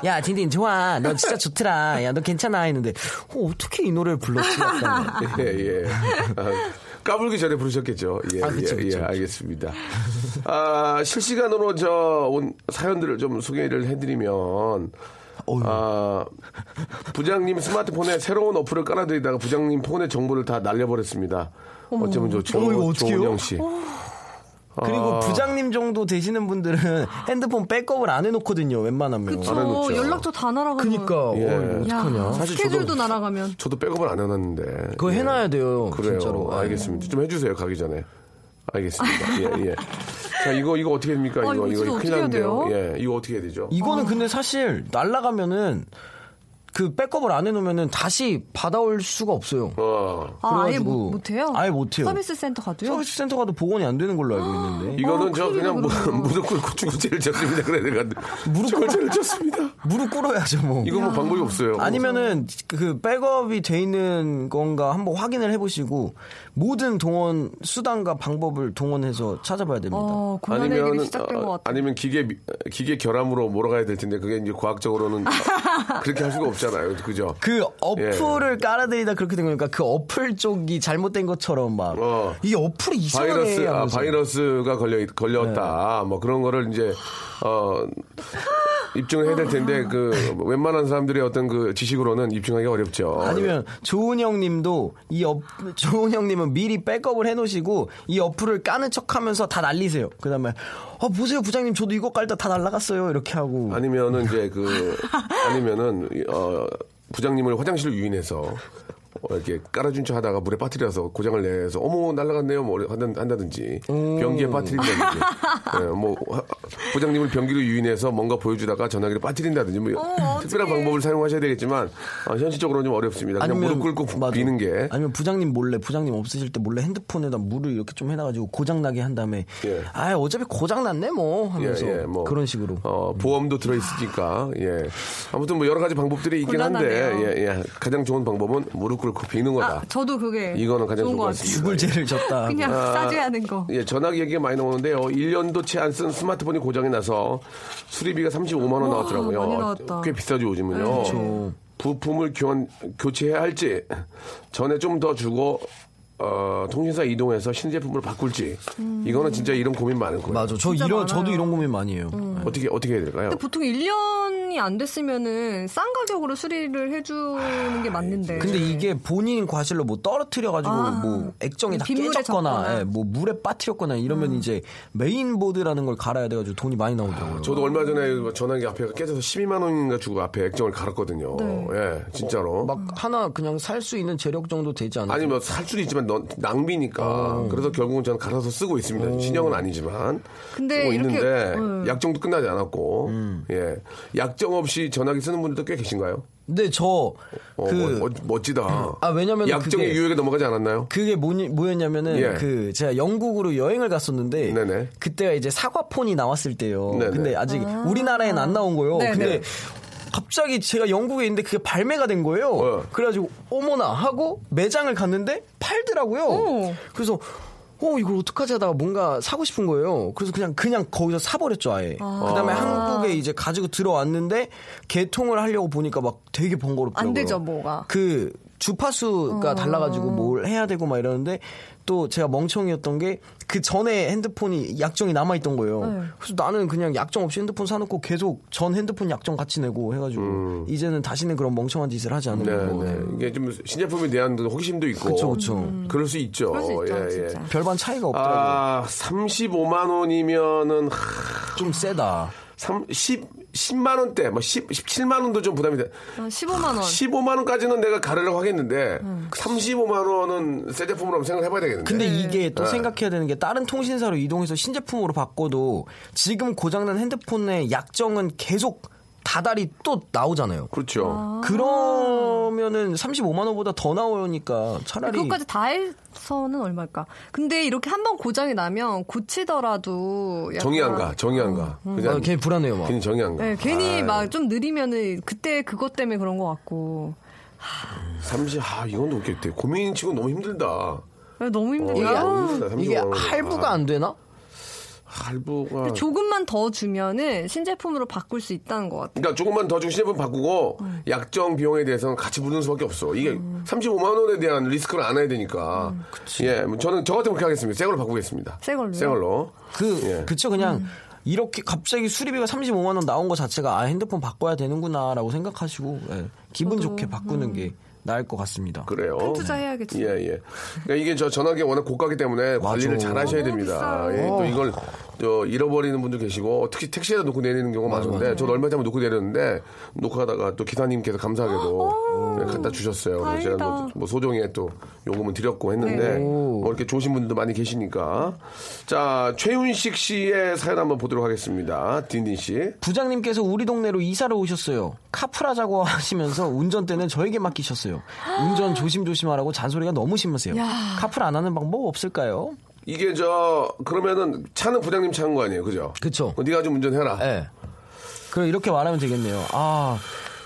Speaker 6: 야 딘딘 좋아 너 진짜 좋더라 야 너 괜찮아 했는데 어, 어떻게 이 노래를 불렀지 약간
Speaker 1: 예, 예. 아, 까불기 전에 부르셨겠죠. 예,
Speaker 6: 아, 그쵸,
Speaker 1: 예,
Speaker 6: 그쵸,
Speaker 1: 예,
Speaker 6: 그쵸.
Speaker 1: 알겠습니다. 아, 실시간으로 저 온 사연들을 좀 소개를 해드리면. 아, 부장님 스마트폰에 새로운 어플을 깔아드리다가 부장님 폰의 정보를 다 날려버렸습니다. 어쩌면 좋죠.
Speaker 6: 어머, 이거 어떡해요?
Speaker 1: 조은영 씨.
Speaker 6: 그리고 부장님 정도 되시는 분들은 핸드폰 백업을 안 해놓거든요 웬만하면
Speaker 7: 그쵸.
Speaker 1: 알아놓죠.
Speaker 7: 연락처 다 날아가면.
Speaker 6: 그러니까
Speaker 1: 예.
Speaker 6: 어, 이거
Speaker 7: 야,
Speaker 6: 어떡하냐
Speaker 1: 사실 저도-
Speaker 7: 스케줄도 날아가면.
Speaker 1: 저도 백업을 안 해놨는데.
Speaker 6: 그거
Speaker 1: 예.
Speaker 6: 해놔야 돼요
Speaker 1: 그래요.
Speaker 6: 진짜로 아, 예.
Speaker 1: 알겠습니다. 좀 해주세요 가기 전에. 알겠습니다. 예, 예. 자, 이거 이거 어떻게 됩니까?
Speaker 7: 아, 이거
Speaker 1: 이거
Speaker 7: 진짜
Speaker 1: 큰일
Speaker 7: 어떻게 해야
Speaker 1: 났는데요. 예, 이거 어떻게 해야 되죠?
Speaker 6: 이거는 근데 사실 날라가면은 그 백업을 안 해놓으면은 다시 받아올 수가 없어요
Speaker 1: 어.
Speaker 7: 아, 아예
Speaker 6: 그래가지고
Speaker 7: 못, 못해요?
Speaker 6: 아예 못해요.
Speaker 7: 서비스 센터 가도요?
Speaker 6: 서비스 센터 가도 복원이 안 되는 걸로 알고 있는데
Speaker 1: 이거는
Speaker 7: 어,
Speaker 1: 저
Speaker 7: 큰일이네,
Speaker 1: 그냥 무,
Speaker 7: 그러면.
Speaker 1: 무릎 꿇고 중고제를 졌습니다. 그래 내가 무릎 제를 졌습니다.
Speaker 6: 무릎 꿇어야죠 뭐
Speaker 1: 이거 뭐 방법이 없어요.
Speaker 6: 아니면은 그 백업이 돼 있는 건가 한번 확인을 해보시고 모든 동원 수단과 방법을 동원해서 찾아봐야 됩니다.
Speaker 7: 어, 고난
Speaker 1: 아니면
Speaker 7: 해결이 시작된 것 같아요.
Speaker 1: 아니면 기계 미- 기계 결함으로 몰아가야 될 텐데 그게 이제 과학적으로는 그렇게 할 수가 없잖아요. 그죠?
Speaker 6: 그
Speaker 1: 예.
Speaker 6: 어플을 깔아드리다 그렇게 된 거니까 그 어플 쪽이 잘못된 것처럼 막 이
Speaker 1: 어.
Speaker 6: 어플이 이상하네
Speaker 1: 바이러스 아,
Speaker 6: 하면서.
Speaker 1: 바이러스가 걸려 걸렸다. 뭐 그런 거를 이제 어 입증을 해야 될 텐데 그 웬만한 사람들의 어떤 그 지식으로는 입증하기 가 어렵죠.
Speaker 6: 아니면 조은 형님도 이 업, 조은 형님은 미리 백업을 해놓으시고 이 어플을 까는 척하면서 다 날리세요. 그다음에 어 보세요 부장님 저도 이거 깔다 다 날라갔어요 이렇게 하고
Speaker 1: 음. 아니면은 이제 그 아니면은 어 부장님을 화장실로 유인해서 어, 이렇게 깔아준 척 하다가 물에 빠뜨려서 고장을 내서 어머 날라갔네요 뭐 한다- 한다든지
Speaker 6: 음.
Speaker 1: 변기에 빠뜨린다든지 예, 뭐 화- 부장님을 변기로 유인해서 뭔가 보여주다가 전화기를 빠뜨린다든지 뭐
Speaker 6: 어,
Speaker 1: 특별한 방법을 사용하셔야 되겠지만 어, 현실적으로는 좀 어렵습니다 그냥 무릎 꿇고
Speaker 6: 맞아.
Speaker 1: 비는 게
Speaker 6: 아니면 부장님 몰래 부장님 없으실 때 몰래 핸드폰에다 물을 이렇게 좀 해놔가지고 고장 나게 한 다음에
Speaker 1: 예.
Speaker 6: 아 어차피 고장 났네 뭐 하면서 그런 식으로
Speaker 1: 어, 보험도 들어있으니까, 예. 아무튼 뭐 여러 가지 방법들이 있긴 한데,
Speaker 7: 곤란하네요.
Speaker 1: 예, 예. 가장 좋은 방법은 무릎 앞을 그 비는 거다.
Speaker 7: 아, 저도 그게
Speaker 1: 이거는 가장
Speaker 7: 좋은
Speaker 1: 좋은
Speaker 7: 것
Speaker 1: 것
Speaker 7: 같아요.
Speaker 1: 같습니다. 죽을 죄를 졌다.
Speaker 7: 그냥
Speaker 1: 아,
Speaker 7: 싸줘야 하는 거.
Speaker 1: 예, 전화기 얘기가 많이 나오는데요. 1년도 채 안 쓴 스마트폰이 고장이 나서 수리비가 35만 원
Speaker 7: 와,
Speaker 1: 나왔더라고요.
Speaker 7: 많이 나왔다.
Speaker 1: 꽤 비싸죠,
Speaker 7: 네.
Speaker 1: 요즘은요.
Speaker 7: 그렇죠.
Speaker 1: 부품을 교환, 교체해야 할지 전에 좀 더 주고 어, 통신사 이동해서 신제품으로 바꿀지 이거는 진짜 이런 고민 많을 거예요. 맞아.
Speaker 6: 뭐. 저 진짜 이런- 저도 많아요. 음. 이런 고민 많이 해요.
Speaker 1: 어떻게 어떻게 해야 될까요?
Speaker 7: 근데 보통 1년이 안 됐으면은 싼 가격으로 수리를 해주는 게 맞는데.
Speaker 6: 예, 근데 이게 본인 과실로 뭐 떨어뜨려가지고
Speaker 7: 아,
Speaker 6: 뭐 액정이 다
Speaker 7: 빗물에
Speaker 6: 깨졌거나 음.
Speaker 7: 젖거나.
Speaker 6: 예, 뭐 물에 빠뜨렸거나 이러면 이제 메인보드라는 걸 갈아야 돼가지고 돈이 많이 나오더라고요.
Speaker 1: 저도 얼마 전에 전화기 앞에가 깨져서 12만 원인가 주고 앞에 액정을 갈았거든요.
Speaker 6: 네.
Speaker 1: 예, 진짜로.
Speaker 6: 막 하나 그냥 살 수 있는 재력 정도 되지 않아요?
Speaker 1: 아니 뭐 살 수도 있지만 넌- 낭비니까
Speaker 6: 어.
Speaker 1: 그래서 결국은 저는 갈아서 쓰고 있습니다 신형은 아니지만
Speaker 7: 근데
Speaker 1: 쓰고
Speaker 7: 이렇게-
Speaker 1: 있는데
Speaker 6: 어.
Speaker 7: 음.
Speaker 1: 약정도 끝나지 않았고
Speaker 6: 음.
Speaker 1: 예 약정 없이 전화기 쓰는 분들도 꽤 계신가요?
Speaker 6: 근데
Speaker 1: 어,
Speaker 6: 저 그-
Speaker 1: 뭐 멋지다
Speaker 6: 아, 왜냐면
Speaker 1: 약정의
Speaker 6: 그게-
Speaker 1: 유혹에 넘어가지 않았나요?
Speaker 6: 그게 뭐, 뭐였냐면은
Speaker 1: 예.
Speaker 6: 그 제가 영국으로 여행을 갔었는데 그때가 이제 사과폰이 나왔을 때요.
Speaker 1: 네네.
Speaker 6: 근데 아직
Speaker 8: 아.
Speaker 6: 우리나라엔 안 나온 거예요.
Speaker 8: 네네.
Speaker 6: 근데 갑자기 제가 영국에 있는데 그게 발매가 된 거예요.
Speaker 1: 어.
Speaker 6: 그래가지고 어머나 하고 매장을 갔는데 팔더라고요. 그래서 어 이걸 어떡하지 하다가 뭔가 사고 싶은 거예요. 그래서 그냥 그냥 거기서 사버렸죠 아예.
Speaker 8: 아.
Speaker 6: 그다음에
Speaker 8: 아.
Speaker 6: 한국에 이제 가지고 들어왔는데 개통을 하려고 보니까 막 되게 번거롭더라고요.
Speaker 7: 안 되죠, 뭐가.
Speaker 6: 그 주파수가
Speaker 7: 어.
Speaker 6: 달라가지고 뭘 해야 되고 막 이러는데 또 제가 멍청이었던 게 그 전에 핸드폰이 약정이 남아 있던 거예요.
Speaker 8: 네.
Speaker 6: 그래서 나는 그냥 약정 없이 핸드폰 사놓고 계속 전 핸드폰 약정 같이 내고 해가지고 이제는 다시는 그런 멍청한 짓을 하지
Speaker 1: 음.
Speaker 6: 않는
Speaker 1: 네,
Speaker 6: 거예요.
Speaker 1: 네. 이게 좀 신제품에 대한 호기심도 있고
Speaker 6: 음, 뭐, 그쵸, 그쵸.
Speaker 1: 럴수 있죠
Speaker 6: 음.
Speaker 1: 예,
Speaker 6: 그럴 수 있죠, 진짜. 네. 별반 차이가 없더라고요.
Speaker 1: 아, 35만 원이면은 좀 세다. 3 10 10만 원대, 뭐 10, 17만 원도 좀 부담이 돼.
Speaker 7: 아, 15만 원.
Speaker 1: 15만 원까지는 내가 가려고 하겠는데 35만 원은 새 제품으로 한번 생각해봐야 되겠는데.
Speaker 6: 근데 이게 또
Speaker 1: 네.
Speaker 6: 생각해야 되는 게 다른 통신사로 이동해서 신제품으로 바꿔도 지금 고장난 핸드폰의 약정은 계속 다달이 또 나오잖아요.
Speaker 1: 그렇죠.
Speaker 6: 그러면은 35만 원보다 더 나오니까 차라리
Speaker 7: 그것까지 다 해서는 얼마일까? 근데 이렇게 한 번 고장이 나면 고치더라도 약간-
Speaker 1: 정이 안 가, 정이 안 가. 그냥
Speaker 6: 아, 괜히 불안해요, 막.
Speaker 1: 그러니까 괜히 정이 안 가.
Speaker 7: 네, 괜히
Speaker 1: 아이,
Speaker 7: 막 좀 느리면은 그때 그것 때문에 그런 것 같고
Speaker 1: 30, 아, 이건 웃겠대. 고민 치고 너무 힘들다.
Speaker 7: 네, 너무 힘들다.
Speaker 1: 어, 너무 힘들다, 35만
Speaker 6: 이게
Speaker 1: 원.
Speaker 6: 할부가 안 되나?
Speaker 1: 할부가
Speaker 7: 조금만 더 주면은 신제품으로 바꿀 수 있다는 것 같아요.
Speaker 1: 그러니까 조금만 더 주고 신제품 바꾸고
Speaker 6: 음.
Speaker 1: 약정 비용에 대해서는 같이 부르는 수밖에 없어. 이게 35만 원에 대한 리스크를 안해야 되니까. 예, 뭐 저는 저 같은 그렇게 하겠습니다. 새 걸로 바꾸겠습니다.
Speaker 6: 음, 새 걸로요?
Speaker 1: 새 걸로.
Speaker 6: 그
Speaker 1: 예.
Speaker 6: 그쵸 그냥
Speaker 7: 음.
Speaker 6: 이렇게 갑자기 수리비가 35만 원 나온 거 자체가 아 핸드폰 바꿔야 되는구나라고 생각하시고 예, 기분 좋게 바꾸는
Speaker 7: 음.
Speaker 6: 게 나을 것 같습니다.
Speaker 1: 그래요.
Speaker 6: 큰
Speaker 7: 투자해야겠죠.
Speaker 1: 예, 예. 그러니까 이게 저 전화기 워낙 고가기 때문에 관리를 잘 하셔야 됩니다.
Speaker 6: 비싸요.
Speaker 1: 예, 또
Speaker 6: 어.
Speaker 1: 이걸 저 잃어버리는 분도 계시고 특히 택시에다 놓고 내리는 경우가 많은데 저도 얼마 전에 놓고 내렸는데 놓고 하다가 또 기사님께서 감사하게도 예, 갖다 주셨어요. 그래서 제가 뭐, 뭐 소정에 또 요금은 드렸고 했는데
Speaker 8: 네.
Speaker 1: 뭐 이렇게 좋으신 분들도 많이 계시니까 자 최윤식 씨의 사연 한번 보도록 하겠습니다. 딘딘 씨.
Speaker 6: 부장님께서 우리 동네로 이사를 오셨어요. 카풀하자고 하시면서 운전대는 저에게 맡기셨어요. 운전 조심조심하라고 잔소리가 너무 심하세요.
Speaker 1: 야.
Speaker 6: 카풀 안 하는 방법 없을까요?
Speaker 1: 이게 저 그러면은 차는 부장님 차인 거 아니에요, 그죠? 그렇죠. 네가 좀 운전해라.
Speaker 6: 예. 그럼 이렇게 말하면 되겠네요. 아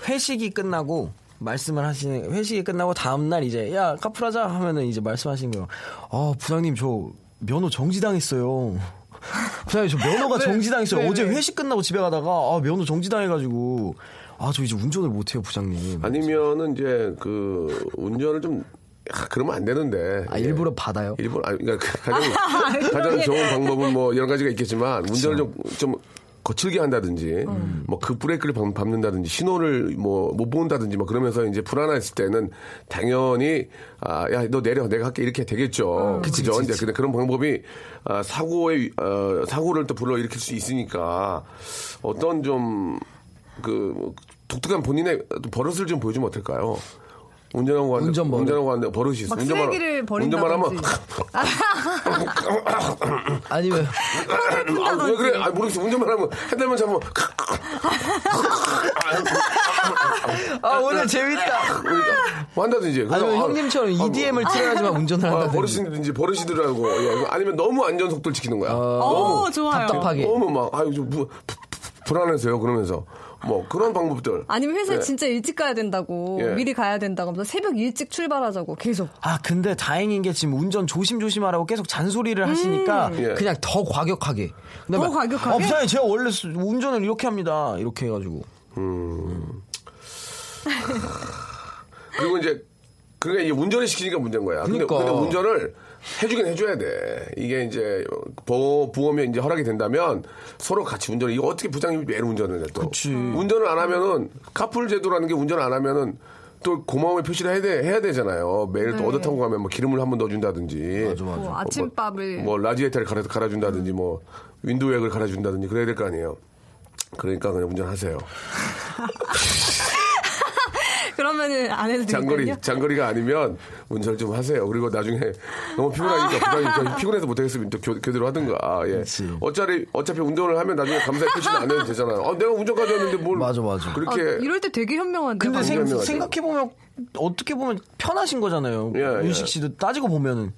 Speaker 6: 회식이 끝나고 말씀을 하시는 회식이 끝나고 다음 날 이제 야 카풀하자 하면은 이제 말씀하시는 거예요. 아 부장님 저 면허 정지당했어요. 부장님 저 면허가
Speaker 8: 왜?
Speaker 6: 정지당했어요.
Speaker 8: 왜,
Speaker 6: 어제
Speaker 8: 왜?
Speaker 6: 회식 끝나고 집에 가다가 아 면허 정지당해가지고 아 저 이제 운전을 못해요 부장님.
Speaker 1: 뭐. 아니면은 이제 그 운전을 좀 아, 그러면 안 되는데.
Speaker 6: 네.
Speaker 1: 아, 일부러
Speaker 6: 받아요?
Speaker 1: 일부러, 아, 그러니까 그 가장,
Speaker 8: 아,
Speaker 1: 가장
Speaker 8: 그러게.
Speaker 1: 좋은 방법은 뭐 여러 가지가 있겠지만 운전을 좀,
Speaker 8: 그렇죠.
Speaker 1: 좀 거칠게 한다든지
Speaker 8: 음.
Speaker 1: 뭐 그 브레이크를 밟- 밟는다든지 신호를 뭐 못 본다든지 막 그러면서 이제 불안했을 때는 당연히 아, 야, 너 내려. 내가 할게. 이렇게 되겠죠.
Speaker 8: 그치,
Speaker 1: 그죠?
Speaker 8: 그치,
Speaker 1: 이제
Speaker 8: 그치.
Speaker 1: 근데 그런 방법이 아, 사고의 어, 사고를 또 불러일으킬 수 있으니까 어떤 좀 그 독특한 본인의 또 버릇을 좀 보여주면 어떨까요? 운전하고 가는데 운전 버릇. 운전하고 가는데 버릇이 있어.
Speaker 7: 막 쓰레기를 버린다든지.
Speaker 1: 운전만 하면
Speaker 6: 아니면
Speaker 1: 아, 왜 그래? 아, 모르겠어. 운전만 하면 핸들만 잡으면
Speaker 6: 아 오늘 재밌다.
Speaker 1: 뭐 한다든지. 그래서
Speaker 6: 아니면 뭐.
Speaker 1: 아,
Speaker 6: 형님처럼
Speaker 1: 아,
Speaker 6: EDM을 틀어야지만 운전을
Speaker 1: 아,
Speaker 6: 한다든지.
Speaker 1: 버릇이든지 버릇이더라고. 예, 아니면 너무 안전 속도를 지키는 거야.
Speaker 6: 오, 좋아요. 답답하게.
Speaker 1: 너무 막 아유 좀 부- 부- 부- 불안해서요. 그러면서 뭐 그런 방법들.
Speaker 7: 아니면 회사에
Speaker 1: 예.
Speaker 7: 진짜 일찍 가야 된다고
Speaker 6: 예.
Speaker 7: 미리 가야 된다고 하면서 새벽 일찍 출발하자고 계속
Speaker 6: 아 근데 다행인 게 지금 운전 조심 조심하라고 계속 잔소리를 하시니까
Speaker 7: 음. 예.
Speaker 6: 그냥 더 과격하게.
Speaker 7: 더 과격하게?
Speaker 6: 업사에 어, 제가 원래 수- 운전을 이렇게 합니다. 이렇게 해가지고.
Speaker 1: 그리고 이제 그러니까 이제 운전을 시키니까 문제인 거야. 근데,
Speaker 6: 그러니까.
Speaker 1: 근데 운전을 해주긴 해줘야 돼. 이게 이제 보, 보험이 이제 허락이 된다면 서로 같이 운전을 이거 어떻게 부장님이 매일 운전을 해 또. 운전을 안 하면은 카풀 제도라는 게 운전을 안 하면은 또 고마움의 표시를 해야, 돼, 해야 되잖아요. 매일 또
Speaker 7: 네.
Speaker 1: 얻어 타고 가면 뭐 기름을 한 번 넣어준다든지.
Speaker 7: 뭐 아침밥을
Speaker 1: 뭐 라지에타를 갈아, 갈아준다든지 뭐 윈도우액을 갈아준다든지 그래야 될 거 아니에요. 그러니까 그냥 운전하세요.
Speaker 7: 그러면은 안 해도
Speaker 1: 장거리
Speaker 7: 되거든요.
Speaker 1: 장거리가 아니면 운전을 좀 하세요. 그리고 나중에 너무 피곤하니까
Speaker 7: 아.
Speaker 1: 부장님 저 피곤해서 못하겠으면 또 교, 교대로 하든가. 예. 어차피 어차피 운전을 하면 나중에 감사의 표시는 안 해도 되잖아요. 아, 내가 운전까지 했는데 뭘 맞아 맞아.
Speaker 7: 아,
Speaker 1: 그렇게
Speaker 7: 이럴 때 되게 현명한데.
Speaker 6: 근데 생,
Speaker 1: 완전
Speaker 6: 각해보면 어떻게 보면 편하신 거잖아요.
Speaker 1: 예,
Speaker 6: 윤식
Speaker 1: 예.
Speaker 6: 씨도 따지고 보면은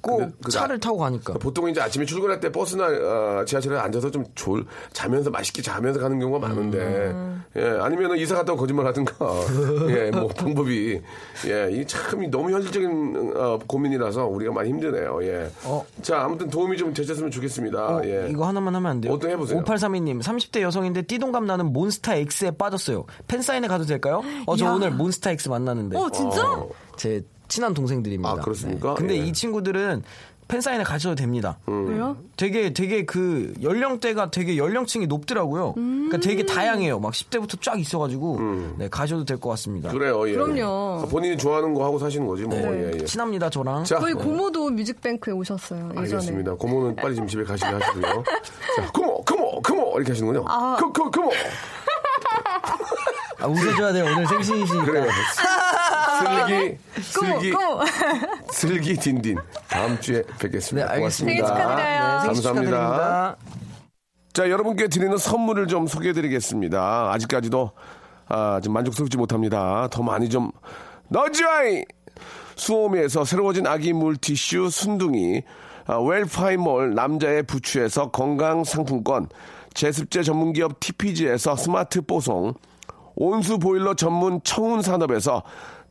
Speaker 6: 꼭
Speaker 1: 그
Speaker 6: 차를
Speaker 1: 나-
Speaker 6: 타고 가니까.
Speaker 1: 보통 이제 아침에 출근할 때 버스나 어, 지하철에 앉아서 좀 졸, 자면서 맛있게 자면서 가는 경우가 많은데
Speaker 7: 음.
Speaker 1: 예 아니면은 이사 갔다고 거짓말 하든가 예뭐 방법이 예이참 너무 현실적인 어, 고민이라서 우리가 많이 힘드네요
Speaker 6: 어.
Speaker 1: 예자 아무튼 도움이 좀 되셨으면 좋겠습니다 예
Speaker 6: 이거 하나만 하면 안 돼요?
Speaker 1: 어떤 해보세요.
Speaker 6: 5832님, 30대 여성인데 띠동감 나는 몬스타 X에 빠졌어요. 팬사인회 가도 될까요? 어, 저
Speaker 8: 야.
Speaker 6: 오늘 몬스타 X 만나는데.
Speaker 8: 어, 진짜?
Speaker 6: 어, 제 친한 동생들입니다. 네.
Speaker 1: 아, 그렇습니까?
Speaker 6: 근데
Speaker 1: 예. 음.
Speaker 6: 이 친구들은 팬사인회 가셔도 됩니다.
Speaker 1: 왜요?
Speaker 6: 되게, 되게 그 연령대가 되게 연령층이 높더라고요. 그러니까 되게 다양해요. 막 10대부터 쫙 있어가지고. 네, 가셔도 될 것 같습니다.
Speaker 1: 음. 그래요 예
Speaker 7: 그럼요.
Speaker 1: 본인이 좋아하는 거 하고 사시는 거지 뭐 예, 예.
Speaker 6: 친합니다, 저랑.
Speaker 1: 자.
Speaker 7: 저희 고모도 뮤직뱅크에 오셨어요. 예전에.
Speaker 1: 알겠습니다. 고모는 빨리 지금 집에 가시게 하시고요. 자, 고모, 고모, 고모 이렇게 하시는군요.
Speaker 7: 아.
Speaker 1: 고, 고, 고모.
Speaker 6: 아, 웃어줘야 돼요. 오늘 생신이시니까.
Speaker 1: 그래요. 예. 슬기,
Speaker 7: 고모,
Speaker 1: 슬기,
Speaker 7: 고모.
Speaker 1: 슬기 딘딘. 다음 주에 뵙겠습니다.
Speaker 6: 네, 알겠습니다.
Speaker 1: 고맙습니다.
Speaker 6: 생일 축하드려요. 네, 생일
Speaker 1: 감사합니다.
Speaker 6: 축하드립니다.
Speaker 1: 자, 여러분께 드리는 선물을 좀 소개해드리겠습니다. 아직까지도 아, 좀 만족스럽지 못합니다. 더 많이 좀 넣어줘이 수오미에서 새로워진 아기 물티슈 순둥이 아, 웰파이몰 남자의 부추에서 건강 상품권 제습제 전문기업 TPG에서 스마트 뽀송 온수 보일러 전문 청운 산업에서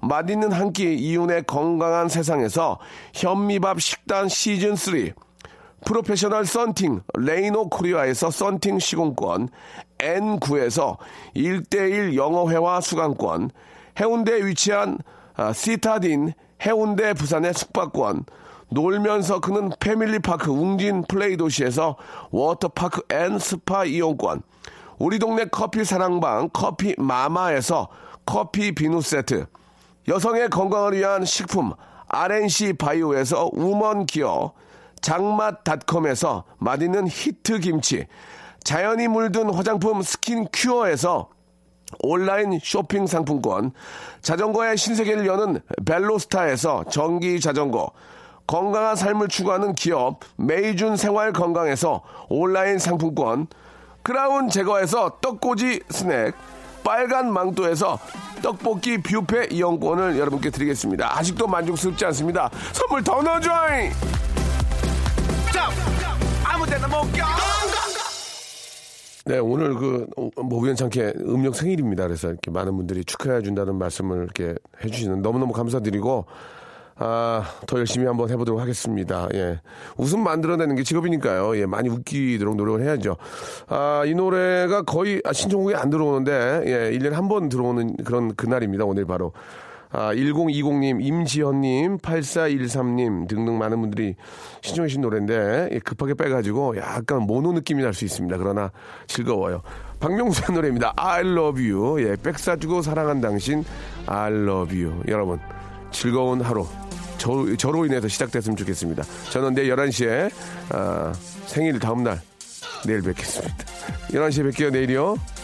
Speaker 1: 맛있는 한 끼 이윤의 건강한 세상에서 현미밥 식단 시즌 3, 프로페셔널 썬팅 레이노 코리아에서 썬팅 시공권, N9에서 1대1 영어회화 수강권, 해운대에 위치한 아, 시타딘 해운대 부산의 숙박권, 놀면서 크는 패밀리파크 웅진 플레이 도시에서 워터파크 앤 스파 이용권, 우리 동네 커피 사랑방 커피 마마에서 커피 비누 세트 여성의 건강을 위한 식품 RNC 바이오에서 우먼 기어 장맛닷컴에서 맛있는 히트 김치 자연이 물든 화장품 스킨 큐어에서 온라인 쇼핑 상품권, 자전거의 신세계를 여는 벨로스타에서 전기 자전거, 건강한 삶을 추구하는 기업 메이준 생활 건강에서 온라인 상품권, 크라운 제거에서 떡꼬지 스낵, 빨간 망토에서 떡볶이 뷔페 이용권을 여러분께 드리겠습니다. 아직도 만족스럽지 않습니다. 선물 더 넣어줘잉! 아무데나 못 네, 오늘 그, 어, 뭐, 우연찮게 음력 생일입니다. 그래서 이렇게 많은 분들이 축하해 준다는 말씀을 이렇게 해주시는 너무너무 감사드리고, 아, 더 열심히 한번 해보도록 하겠습니다. 예. 웃음 만들어내는 게 직업이니까요. 예, 많이 웃기도록 노력을 해야죠. 아, 이 노래가 거의 아, 신청곡이 안 들어오는데, 예, 1년에 한 번 들어오는 그런 그날입니다. 오늘 바로. 아, 1020님, 임지현님, 8413님 등등 많은 분들이 신청해 주신 노래인데 예, 급하게 빼가지고 약간 모노 느낌이 날 수 있습니다. 그러나 즐거워요. 박명수의 노래입니다. I love you. 예, 백사주고 사랑한 당신. I love you. 여러분 즐거운 하루 저, 저로 인해서 시작됐으면 좋겠습니다. 저는 내일 11시에 아, 생일 다음날 내일 뵙겠습니다. 11시에 뵐게요. 내일이요.